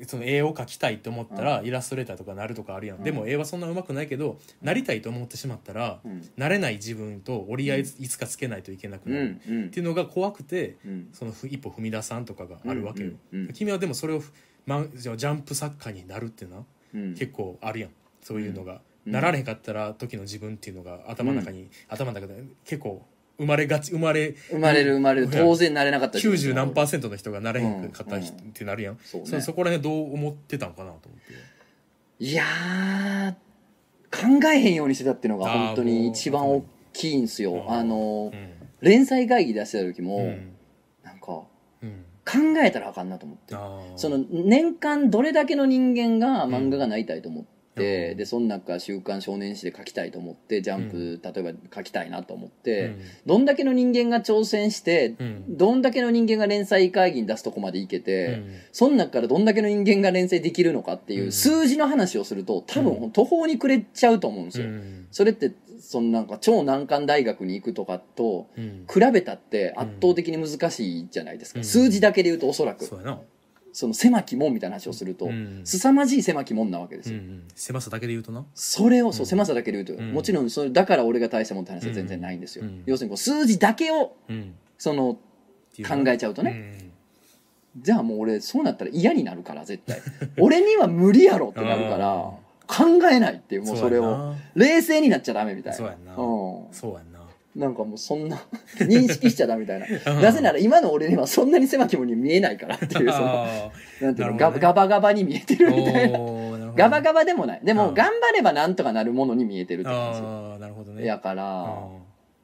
S2: その絵を描きたいと思ったらイラストレーターとかなるとかあるやん、
S1: うん
S2: でも絵はそんな上手くないけどなりたいと思ってしまったら、
S1: うん
S2: なれない自分と折り合いいつかつけないといけなく
S1: う
S2: なる、
S1: んうん
S2: っていうのが怖くて
S1: うん
S2: そのふ一歩踏み出さんとかがあるわけよ、
S1: うんうんうん
S2: 君はでもそれをふ、まん、じゃあジャンプ作家になるってな
S1: うん
S2: 結構あるやんそういうのが、
S1: うん
S2: なられへんかったら時の自分っていうのが頭の中に、頭の中で結構生まれがち生まれ
S1: 生まれる生まれる当然なれなかったし
S2: 90何パーセントの人がなれへんかった人っ
S1: うん
S2: てなるやん、
S1: そうね
S2: そそこら辺どう思ってたんかなと思って
S1: いやー考えへんようにしてたっていうのが本当に一番大きいんすよ
S2: あー
S1: あ
S2: う
S1: の
S2: ん
S1: 連載会議出してた時
S2: う
S1: も
S2: ん
S1: なんか考
S2: うん
S1: えたらあかんなと思って
S2: あー
S1: その年間どれだけの人間が漫画がなりたいと思って、
S2: うん
S1: でその中「週刊少年誌」で書きたいと思って「ジャンプ」例えば書きたいなと思っ
S2: う
S1: て、
S2: ん
S1: どんだけの人間が挑戦して、
S2: うん
S1: どんだけの人間が連載会議に出すとこまでいけて、その中からどんだけの人間が連載できるのかっていううん数字の話をすると多
S2: う
S1: 分途方に暮れちゃうと思うんです
S2: う
S1: よ。
S2: ん
S1: それってそのなんか超難関大学に行くとかと
S2: うん
S1: 比べたって圧倒的に難しいじゃないですか、
S2: うん
S1: 数字だけで言うとおそらく
S2: そうやな
S1: その狭き門みたいな話をすると、
S2: うん
S1: 凄まじい狭き門なわけです
S2: うんう
S1: よ、
S2: ん狭さだけで言うとな
S1: それをそううん狭さだけで言うと、
S2: うん
S1: もちろんそれだから俺が大したもんって話は全然ないんですよ、
S2: うん
S1: 要するにこう数字だけを
S2: うん
S1: その
S2: っていう
S1: 考えちゃうとね、
S2: うん
S1: じゃあもう俺そうなったら嫌になるから絶対 俺には無理やろってなるから考えないっていうもうそれを冷静になっちゃダメみたいな
S2: そうやんな
S1: うん
S2: そうやんな
S1: なんかもうそんな 認識しちゃダメみたいな
S2: うん
S1: なぜなら今の俺にはそんなに狭き門に見えないからって いうその
S2: あ
S1: なんていうの、
S2: なるほどね
S1: ガバガバガバに見えてるみたいな
S2: ーおーなるほどね
S1: ガバガバでもないで
S2: う
S1: も
S2: ん
S1: 頑張ればなんとかなるものに見えてるって感じですよ
S2: ああなるほどね
S1: やか
S2: あ
S1: ら、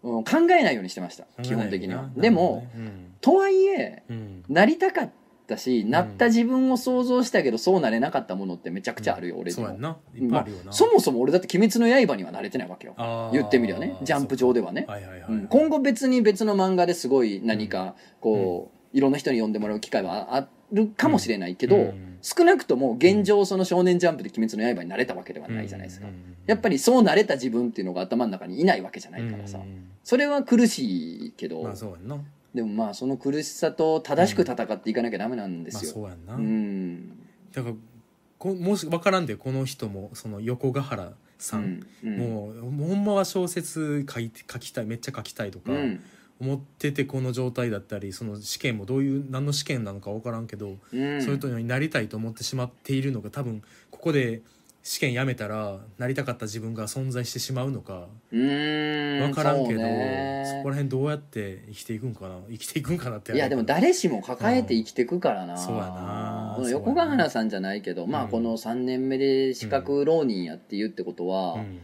S2: ー
S1: うん、考えないようにしてました基本的には
S2: なるほどね
S1: でも
S2: うん
S1: とはいえ
S2: うん
S1: なりたかったしなった自分を想像したけどそうなれなかったものってめちゃくちゃあるよ俺に
S2: そう
S1: も
S2: やんないっぱいあるよな
S1: そもそも俺だって「鬼滅の刃」にはなれてないわけよ
S2: あー
S1: 言ってみりゃねジャンプ上ではね
S2: はいはいはい
S1: うん今後別に別の漫画ですごい何かこう、いろんな人に読んでもらう機会はああるかもしれないけど、
S2: うん
S1: 少なくとも現状その「少年ジャンプ」で「鬼滅の刃」になれたわけではないじゃないですか、
S2: うんうんうんうん
S1: やっぱりそうなれた自分っていうのが頭の中にいないわけじゃないからさ、
S2: うんうんうん
S1: それは苦しいけど、
S2: まあそうやんなま
S1: でもまあその苦しさと正しく戦っていかなきゃダメなんで
S2: あ
S1: すよ、
S2: そうやんな
S1: うん
S2: だからこもし分からんでこの人もその横ヶ原さん
S1: うん
S2: もうもうほんまは小説書いて書きたいめっちゃ書きたいとか
S1: うん
S2: 思っててこの状態だったりその試験もどういう何の試験なのか分からんけど
S1: うん
S2: そういう人になりたいと思ってしまっているのが多分ここで試験やめたらなりたかった自分が存在してしまうのか
S1: うーん
S2: 分からんけど、
S1: そうね
S2: そこら辺どうやって生きていくんかな生きていくんかなって
S1: いやでも誰しも抱えて生きてくからな、
S2: うんそうやな
S1: この横川原さんじゃないけど、まあ
S2: うん
S1: この3年目で資格浪人やって言うってことは、
S2: うん、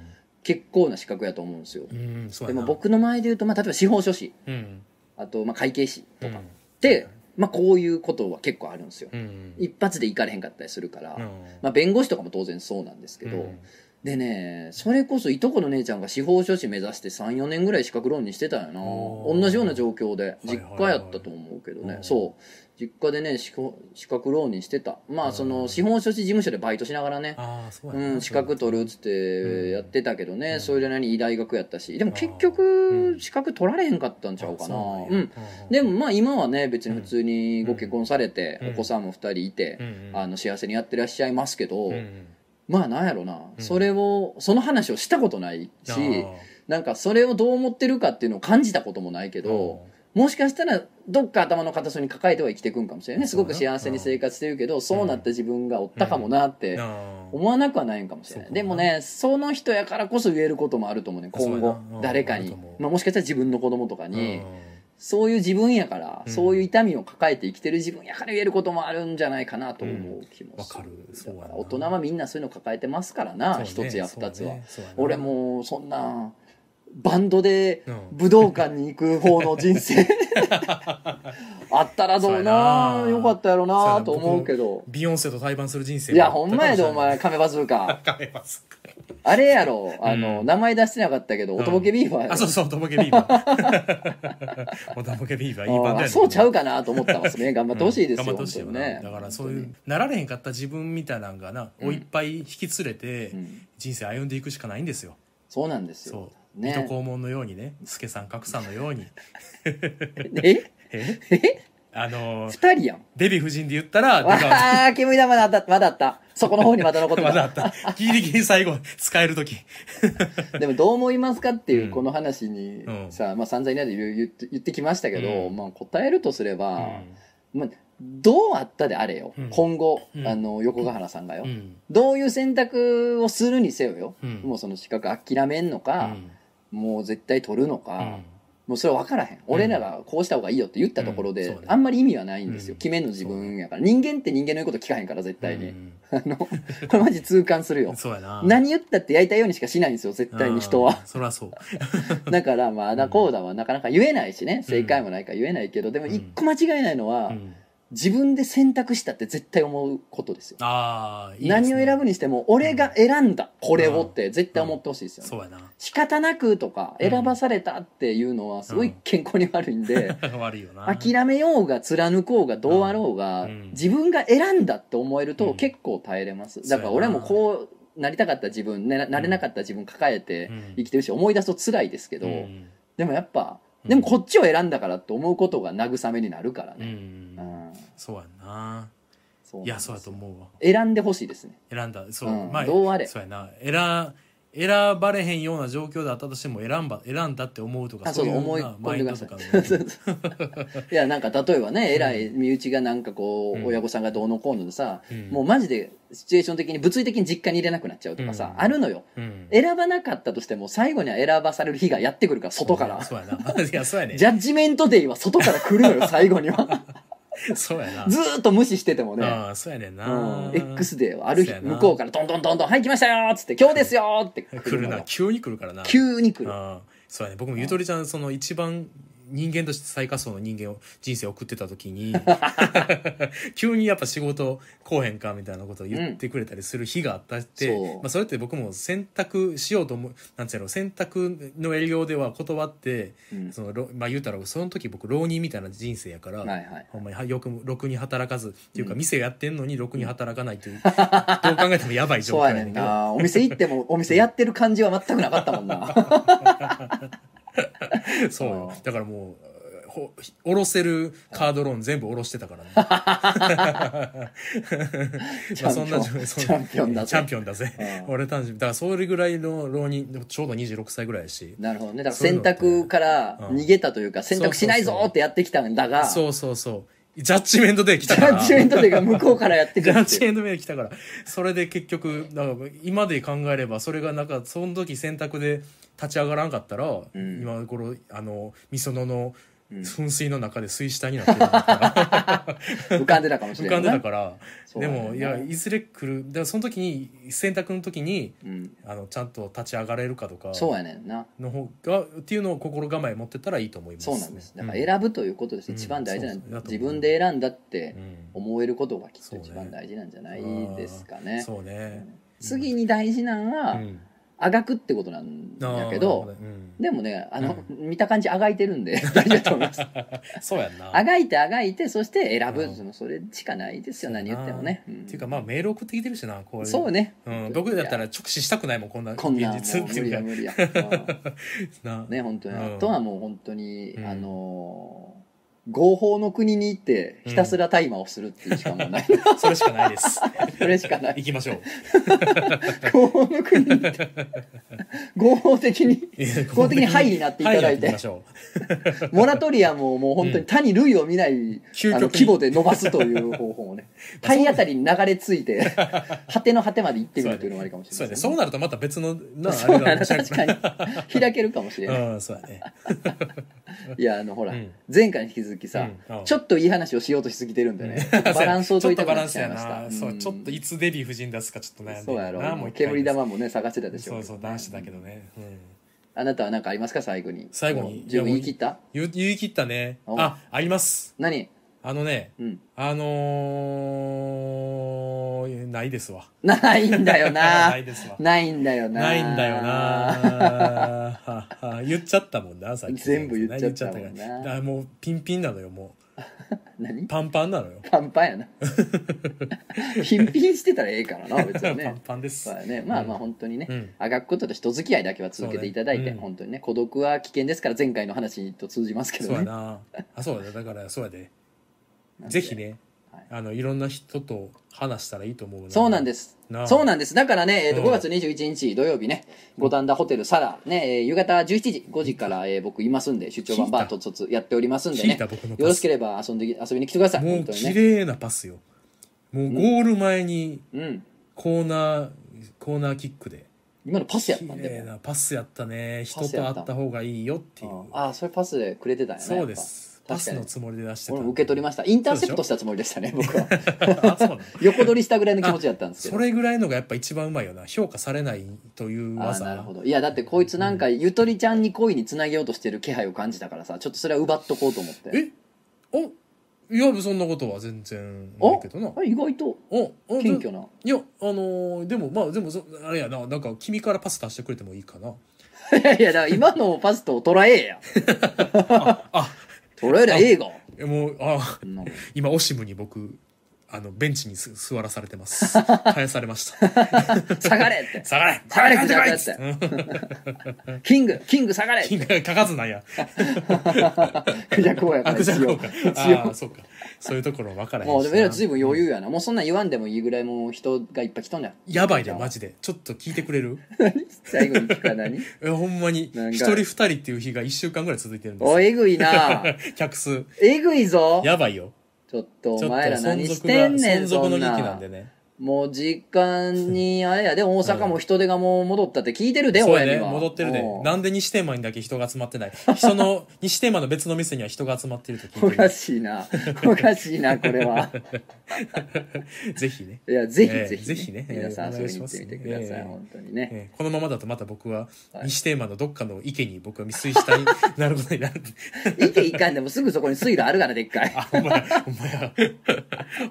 S1: 結構な資格やと思うんですよ、
S2: うん、そう
S1: で
S2: やな
S1: も僕の前で言うと、まあ、例えば司法書士
S2: うん
S1: あとまあ会計士とかっ
S2: う
S1: て
S2: ん、
S1: まあ、こういうことは結構あるんですよ、
S2: うん
S1: 一発で行かれへんかったりするから、
S2: うん
S1: まあ、弁護士とかも当然そうなんですけど、
S2: うん
S1: でねそれこそいとこの姉ちゃんが司法書士目指して34年ぐらい資格浪人してたんやな
S2: おー
S1: 同じような状況で
S2: いはい
S1: 実
S2: はい
S1: 家やったと思うけどね、
S2: うん
S1: そう実家でね資格資格浪人してたま
S2: う
S1: あ
S2: ん
S1: その司法書士事務所でバイトしながらね
S2: ああそうやな
S1: うん、資格取るっつっ
S2: う
S1: て
S2: ん
S1: やってたけどね、
S2: うん
S1: それで何大学やったしでも結
S2: う
S1: 局
S2: ん
S1: 資格取られへんかったんちゃうかな
S2: あそ
S1: うん
S2: うなんや
S1: でもまあ今はね別に普通にご結婚されて、
S2: うん
S1: お子さんも2人いて
S2: う、ん
S1: あの幸せにやってらっしゃいますけど、
S2: うん
S1: まあなんやろな、
S2: うん
S1: それをその話をしたことないし
S2: あー
S1: なんかそれをどう思ってるかっていうのを感じたこともないけど、もしかしたらどっか頭の片隅に抱えては生きていくんかもしれないねすごく幸せに生活してるけど、そうなった自分がおったかもなって、
S2: うんあー
S1: 思わなくはないんかもしれない
S2: そ
S1: う
S2: か
S1: でもねその人やからこそ言えることもあると思うね今
S2: そうや
S1: 後
S2: なうん
S1: 誰か
S2: ある
S1: に
S2: と思、う
S1: まあ、もしかしたら自分の子供とかに、
S2: うん
S1: そういう自分やから、
S2: うん
S1: そういう痛みを抱えて生きてる自分やから言えることもあるんじゃないかなと思う気も
S2: わ
S1: す
S2: か
S1: る、
S2: るそうや
S1: だか
S2: な
S1: ら大人はみんなそういうの抱えてますからな一、つや二つは、俺もうそんなバンドで
S2: うん
S1: 武道館に行く方の人 生あったらどうな
S2: そうやな
S1: よかったやろ
S2: そうや
S1: な
S2: な
S1: と思うけど
S2: ビヨンセと対バンする人生
S1: いやほんまやでお前カメバズーカ
S2: かめます
S1: あれやろ、あの、
S2: うん
S1: 名前出してなかったけど、
S2: うん
S1: おとぼけビーバーやろ
S2: あそうそうおとぼけビーバー おとぼけビーバーいいバンドや
S1: あ
S2: ね
S1: そうちゃうかなと思ったますね。頑張ってほしいですよ、
S2: うん頑張ってほしいよ
S1: 本
S2: な
S1: 当にね。
S2: だからそういうなられへんかった自分みたいなのがな
S1: うん
S2: おいっぱい引き連れて
S1: うん
S2: 人生歩んでいくしかないんですよ
S1: そうなんですよ。
S2: そう
S1: ね
S2: 水戸黄門のようにね助さん格さんのよう に
S1: え
S2: え
S1: え
S2: あのー
S1: 二人や ん。
S2: デヴィ夫人で言ったら出川さん
S1: わあ、煙玉まだあった、まだあった。そこの方にまた残って
S2: まだ
S1: た。
S2: あった。ギリギリ最後、使える時。
S1: でもどう思いますかっていううんこの話に
S2: うん
S1: さ、まあ散々になで言う言って言ってきましたけど、
S2: うん
S1: まあ答えるとすれ
S2: う
S1: ば、
S2: ん
S1: まあどうあったであれよ
S2: うん。
S1: 今後
S2: う、ん
S1: あの、横ヶ原さんがよ
S2: う。ん。
S1: どういう選択をするにせよよ。
S2: うん
S1: もうその資格諦めんのか、もう絶対取るのか、
S2: うん
S1: もうそれは分からへん俺らがこうした方がいいよって言ったところで、
S2: うんそうね
S1: あんまり意味はないんですよ、
S2: うん
S1: 決めんの自分やから人間って人間の言うこと聞かへんから絶対に、
S2: う
S1: あのこれマジ痛感するよ
S2: んそうやな。
S1: 何言ったってやりたいようにしかしないんですよ絶対に人は
S2: うん。そらそう。
S1: だからまああだこうだはなかなか言えないしね正解もないから言えないけどでも
S2: うん
S1: 一個間違いないのは、
S2: うん
S1: 自分で選択したって絶対思うことですよ
S2: ああ、いいですね
S1: 何を選ぶにしても俺が選んだこれをって絶対思ってほしいですよね、
S2: そうやな。
S1: 仕方なくとか選ばされたっていうのはすごい健康に悪いんで、
S2: 悪いよな。
S1: 諦めようが貫こうがどうあろうが、
S2: うん
S1: 自分が選んだって思える
S2: う
S1: と
S2: ん
S1: 結構耐えれます、
S2: そうや
S1: だ
S2: な
S1: から俺もこうなりたかった自分、ね、ななれなかった自分抱えて
S2: うん
S1: 生きてるし思い出すと辛いですけど、
S2: うん
S1: でもやっぱ
S2: うん
S1: でもこっちを選んだからって思うことが慰めになるから
S2: う。
S1: ね、うん
S2: そうやな。
S1: そうなんで
S2: い
S1: す
S2: や、そうやと思うわ。
S1: 選んでほしいですね
S2: 選んだ。そうう。
S1: ん
S2: まあ
S1: どうあれ
S2: そうやな。選選ばれへんような状況だったとしても選んば選んだって思うとか
S1: あそう
S2: い
S1: そう思い
S2: な
S1: 込んでください
S2: マインドとか
S1: いやなんか例えばね偉い身内がなんかこう、
S2: うん
S1: 親御さんがどうのこうのでさ、
S2: うん
S1: もうマジでシチュエーション的に物理的に実家に入れなくなっちゃうとかさ、
S2: うん
S1: あるのよ
S2: うん
S1: 選ばなかったとしても最後には選ばされる日がやってくるから外から、
S2: そうやな。 いや、そうやね
S1: ジ。ャッジメントデイは外から来るのよ最後に は
S2: そうやな。
S1: ずーっと無視しててもね、
S2: ああ、そうやねん
S1: う
S2: な。
S1: ん、X デーはある日
S2: そうやな
S1: 向こうからどんどんどんどん「はい来ましたよ」っつって「今日ですよ」って来
S2: 来
S1: る
S2: る
S1: の
S2: な
S1: よ。
S2: 急に来るからな。
S1: 急に来る
S2: ああそうやね。僕もゆとりちゃん、その一番人間として最下層の人間を、人生を送ってた 時に、 急にやっぱ仕事こうへんかみたいなことを言ってくれたりする日があったって、
S1: うんそう
S2: まあそれって僕も選択しようと思う、なんつうやろ、選択の栄養では断って、
S1: うん
S2: その、ろまあ言うたら、その時僕浪人みたいな人生やから、
S1: はいはい
S2: ほんまにはよくもろくに働かずっていうか、
S1: うん
S2: 店やってんのにろくに働かないという、 どう考えてもやばい状
S1: そう
S2: 態
S1: や
S2: や
S1: ね
S2: ねん
S1: ん
S2: けど
S1: なお店行って もお店やってる感じは全くなかったもんな
S2: そう
S1: あ
S2: よ
S1: ー
S2: だからもうほ下ろせるカードローン全部下ろしてたからねまあそんな
S1: チャンピオン
S2: そんな
S1: チャンピオンだぜ
S2: チャンピオンだぜ
S1: うん
S2: 俺たちだからそれぐらいの浪人でもちょうど26歳ぐらいやし
S1: なるほどねだから
S2: そういう
S1: 選
S2: のって
S1: 択から逃げたというか選択しないぞーってやってきたんだが
S2: そうそうそうジャッジメントで来
S1: ジ
S2: たから。
S1: ャッジメントデーが向こうからやってく
S2: ジ
S1: る
S2: ャ
S1: っ
S2: ッジ
S1: て
S2: エンドメール来たから。それで結局、なんか今で考えれば、それがなんか、その時選択で立ち上がらんかったら、
S1: ん
S2: 今頃、あの、みそのの
S1: うん
S2: 噴水の中で水死体になって るから、
S1: 浮かんでたかもし
S2: 浮
S1: れ
S2: か
S1: なんい
S2: で
S1: な
S2: たから、
S1: そう
S2: で
S1: だよね
S2: も、いや、いずれ来る。だからその時に、選択の時に、
S1: うん
S2: あの、ちゃんと立ち上がれるかとか、
S1: そうやねんな
S2: の方が、っていうのを心構え持ってたらいいと思います。
S1: そうなんですだから選ぶということです、
S2: うん
S1: 一番大事な
S2: そうそうだと思う
S1: 自分で選んだって
S2: うん
S1: 思えることがきっ
S2: そ
S1: と
S2: うね
S1: 一番大事なんじゃないですか
S2: う
S1: ね
S2: んそうね。
S1: 次に大事なのは、
S2: うん
S1: あがくってことなん
S2: あー
S1: だけど
S2: なるほうん
S1: でもねあの、見た感じあがいてるん で大事だと思います
S2: そうやんな。
S1: あがいてあがいてそして選ぶ、
S2: うん
S1: そのそれしかないですよ何言ってもね、うん
S2: っていうかまあメール送ってきてるしなこういう
S1: そうね、
S2: うん、僕だったら直視したくないもんこんな現
S1: こんなんも
S2: 実
S1: う
S2: って
S1: 無
S2: い
S1: 理
S2: うか
S1: や無理や、 うん
S2: な、
S1: ね本当に、
S2: うん
S1: あとはもう本当に、
S2: うん
S1: あのー合法の国に行ってひたすら大麻をするっていうしかも うない、
S2: それしかないです
S1: それしかない
S2: 行きま しょう
S1: 合法の国に行って 合法的に法的にハイになっていただいて
S2: ハイになっ行きましょ
S1: モラトリアムをもう本当に他に類を見ない、
S2: 極に
S1: あの規模で伸ばすという方法を ね体当たりに流れ着いて果ての果てまで行ってみるというのもありかも
S2: う
S1: し
S2: そう
S1: れな
S2: やね
S1: い
S2: そうなるとまた別のな
S1: そうやな
S2: 面白 い
S1: 確かに開けるかもしれない、
S2: うんそうやね
S1: いやあのほら、
S2: うん
S1: 前回に引き続きさ、
S2: うんうん
S1: ちょっといい話をしようとしすぎてるんでね、ちょっと バランスを取りたくなっちゃいまし
S2: ちょっとバ
S1: た
S2: ランスやな、そうちょっといつデビュー夫人出すかちょっと悩んで
S1: そうやろ
S2: な
S1: も
S2: も
S1: う
S2: う一回
S1: 煙玉もね探してたでしょ
S2: そうそう男子だけどね、うん、
S1: あなたは何かありますか最後に
S2: 最後に
S1: もう十分言い切った
S2: 言言い切ったね
S1: お
S2: ああります
S1: 何
S2: あのね
S1: うん
S2: あのー、ないですわ
S1: ないんだよな
S2: ないですわ
S1: ないんだよな
S2: ないんだよなはは言っちゃったもんなさっき
S1: 全部言っちゃったもんな
S2: 言っちゃったからあもうピンピンなのよもう
S1: 何
S2: パンパンなのよ
S1: パンパンや な貧貧してたらええからな別に
S2: パン
S1: ね
S2: パンです
S1: そうやねまあまあ
S2: うん
S1: 本当にね、
S2: うん
S1: あがくことと人付き合いだけは続けていただい
S2: そう
S1: て、
S2: ねうん
S1: 本当にね孤独は危険ですから前回の話と通じますけ
S2: そう
S1: ど
S2: や
S1: ね
S2: なあそうやだだからそうやで
S1: なんで
S2: ぜひね
S1: はい
S2: あのいろんな人と話したらいいと思う
S1: そうなん
S2: で
S1: です
S2: な。あ
S1: そうなんです。だからね、えーと
S2: うん
S1: 5月21日土曜日ね、五反田ホテルサラ、ね、えー夕方11時、5時から、えー僕いますんで、出張版バーと卒やっておりますんで
S2: 聞い
S1: ね、
S2: た
S1: よ
S2: 僕の
S1: ろ
S2: パ
S1: し
S2: ス
S1: ければ遊んでき、遊びに来てください。
S2: も
S1: 本
S2: う
S1: 当に
S2: 綺
S1: ね。
S2: 麗なパスよもうゴール前に
S1: うん。
S2: コーナーコーナーキックで
S1: 今のパスやった
S2: 綺
S1: ん
S2: 麗
S1: でも。
S2: なパスやったね人
S1: パス
S2: と
S1: や
S2: 会
S1: った
S2: った方がいいよっていう
S1: ああー、それパスでくれてたんやね。
S2: そうです
S1: や
S2: パ
S1: っぱ
S2: ス
S1: 確か
S2: の
S1: に。
S2: つもりで出してた
S1: 俺も受け取りました。インターセプトしたつもりでしたね、僕は。
S2: あそうなの
S1: 横取りしたぐらいの気持ちだったんですけど。
S2: それぐらいのがやっぱ一番うまいよな評価されないという
S1: ああ
S2: 技
S1: なるほどいやだってこいつなんかゆとりちゃんに恋につなげようとしてる気配を感じたからさちょっとそれは奪っとこうと思って
S2: えおいやそんなことは全然ないけどな
S1: あ意外と
S2: おお
S1: 謙虚ない
S2: やあのーでもまあでもそあれやななんか君からパス出してくれてもいいかない
S1: やいや、だから今のパストを捉えや。
S2: あ
S1: 捉えりゃええが。
S2: えもうあ
S1: そんなもん
S2: 今オシムに僕あのベンチにす座らされてます 返されました
S1: 下がれって。
S2: 下がれ
S1: 下がれって
S2: 下がれ
S1: 下 キング、キング下がれって。
S2: 金がかかずなんや
S1: クジャコやから
S2: 悪じゃ
S1: 一
S2: こう
S1: 応
S2: か。
S1: 一
S2: ああ
S1: 応。
S2: そうかそういうところ分からへんしな
S1: もうでもえらずいぶん余裕やな。もうそんなん言わんでもいいぐらいもう人がいっぱい来とんじゃん。
S2: やばいでマジでちょっと聞いてくれ る
S1: 最後に聞くか 何
S2: いやほんまに
S1: なんか
S2: 一人二人っていう日が一週間ぐらい続いてるんです
S1: おい、
S2: よ
S1: えぐいな。
S2: 客数
S1: えぐいぞ。
S2: やばいよ
S1: ちょっと
S2: ちょ
S1: お
S2: っと
S1: 前ら何
S2: 存
S1: し
S2: 続
S1: て
S2: が
S1: んね
S2: 存
S1: ん、そ
S2: 続の
S1: ん
S2: 危機な
S1: なん
S2: で。ね
S1: もう時間に、あれやで、大阪も人手がもう戻ったって聞いてるで、
S2: そうや
S1: 親
S2: ね
S1: には。
S2: 戻ってるで
S1: うん
S2: なんで西テーマにだけ人が集まってない人の西テーマの別の店には人が集まってると聞
S1: お
S2: いて
S1: か
S2: る
S1: しいな。 おかしいな、これは。
S2: ぜひね
S1: いや、ぜひ
S2: ええ
S1: ぜひ、
S2: ぜひねええ
S1: 皆さん遊びに行
S2: お願
S1: っ
S2: いしてます
S1: みてください、
S2: ええ
S1: 本当にね。
S2: えーこのままだとまた僕は
S1: はい
S2: 西テーマのどっかの池に僕は未水したになることになる
S1: 池行かんでもすぐそこに水路あるから、でっかい。
S2: あほんまやほんまや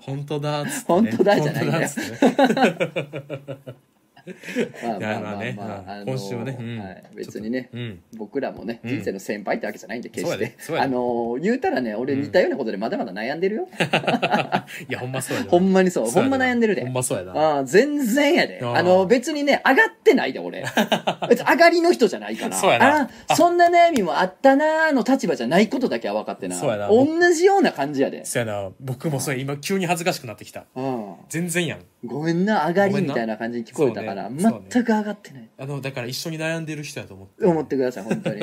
S2: 本当だっつってね
S1: 本当だじゃないんだよ
S2: 本当っつってね
S1: まあ
S2: いやまあね
S1: あの
S2: 今週はねうん
S1: はい別にね
S2: う。ん
S1: 僕らもね、
S2: うん
S1: 人生の先輩ってわけじゃないんで、決し
S2: そうや
S1: て
S2: ね。そうや
S1: あ
S2: ね
S1: の、言うたらね、俺似たようなことでまだまだ悩んでるよ。
S2: いやほんまそうやで
S1: ほんまにそう。ほんま悩んでる
S2: ほ
S1: で
S2: ん。まそうやな
S1: ああ全然やで。
S2: あー
S1: あの、別にね、上がってないで、 俺。別に上がりの人じゃないから。
S2: そうやな
S1: ああそんな悩みもあったなーの立場じゃないことだけは分かってな。
S2: そうやな
S1: 同じような感じやで。
S2: そうやな僕もそれ今急に恥ずかしくなってきた
S1: うん。
S2: 全然やん
S1: ごめんな上がり
S2: ごめん
S1: み
S2: な
S1: たいな感じに聞こえたから、
S2: そうねそうね
S1: 全く上がってない
S2: あのだから一緒に悩んでる人やと思って
S1: 思ってください本当 に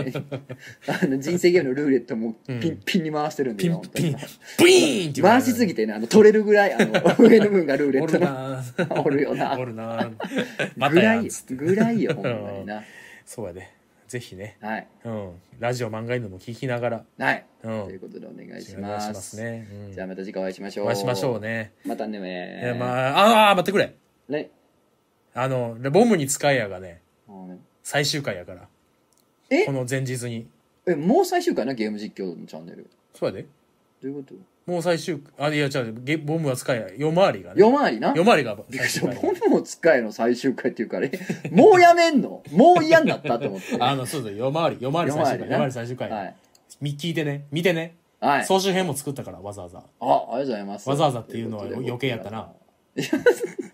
S1: あの人生ゲームのルーレットもピン、
S2: うん
S1: ピンに回してるんで
S2: ピ
S1: 今
S2: ン
S1: 本当
S2: ピン
S1: に
S2: ブイーンって
S1: 回しすぎてねあの取れるぐら いあの上の分がルーレ
S2: お
S1: ット
S2: る
S1: の
S2: な
S1: おるよな
S2: おるなま
S1: ぐ
S2: た
S1: ら
S2: や
S1: い
S2: んつって
S1: ぐらいよほんまに な
S2: そうやでぜひね
S1: はい
S2: うんラジオ漫画犬も聞きながら
S1: はい、
S2: うん
S1: ということでお願いし
S2: お願
S1: ま
S2: い
S1: す
S2: しますねうん
S1: じゃあまた次回お会いしましょう
S2: お会いしましょうね
S1: またね
S2: えーまああー待ってくれ
S1: ね
S2: あのボムに使いやがね
S1: うん
S2: 最終回やから
S1: え
S2: この前日に
S1: えもう最終回なゲーム実況のチャンネル
S2: そうやで
S1: どういうこと
S2: もう最終あいや違うゲボムは使いや夜回りがね
S1: 夜回りな
S2: 夜回りが
S1: びっくり
S2: 最
S1: し
S2: 終
S1: た
S2: 回
S1: ボムを使えの最終回っていうから、え もうやめんのもう嫌になったと思って。
S2: あのそうだ夜回り夜回り最
S1: 夜回
S2: 終回
S1: りな
S2: 夜回り最終回、
S1: はい。
S2: み聞いてね見てね、
S1: はい。
S2: 総集編も作ったからわざわざ
S1: あ、ありがとうございます。
S2: わざわざっていうのは
S1: とことで
S2: 余計やったな。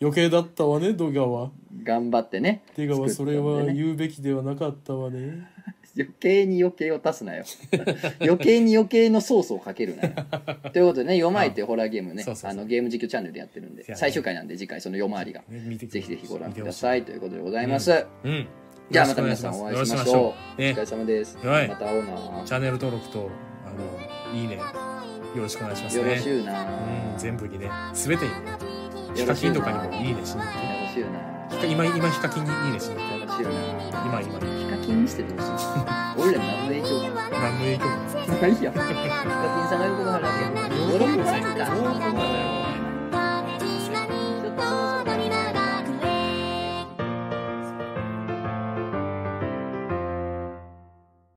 S2: 余計だったわねドガは
S1: 頑張ってね。
S2: てかはそれ
S1: 作っ
S2: は
S1: たんでね
S2: 言うべきではなかったわね
S1: 余計に余計を足すなよ。 余計に余計のソースをかける なよ。ということでね、夜回りっていうホラーゲームね
S2: そう、そう
S1: あ
S2: そう
S1: のゲーム実況チャンネルでやってるんで
S2: そうや、ね
S1: 最終回なんで次回その夜回りが、
S2: ね見てく
S1: ぜ
S2: だ
S1: ひ
S2: さい
S1: ぜひご覧くださいということでございます。
S2: うん
S1: じゃあまた皆さんお会いしましょう。お
S2: ね
S1: 疲れ様です。
S2: はい
S1: また会おうな。
S2: チャンネル登録とあのいいねよろしくお願いします
S1: よろ
S2: ね
S1: しゅう
S2: うん
S1: な。
S2: 全部にね全てにねヒ
S1: よ
S2: カ
S1: ろし
S2: キ
S1: ゅう
S2: ン
S1: な
S2: とかにもいいねしない
S1: よろしゅうな。
S2: と今今ヒカキンにいいねしない
S1: よろしゅうな。
S2: と今今
S1: ヒカキンにしててほしい。 俺ら何の影響 が
S2: 何の影響も
S1: ないやん。ヒカキンさんがよくわからんけど、喜ぶさんだ。
S2: 喜ぶさんだ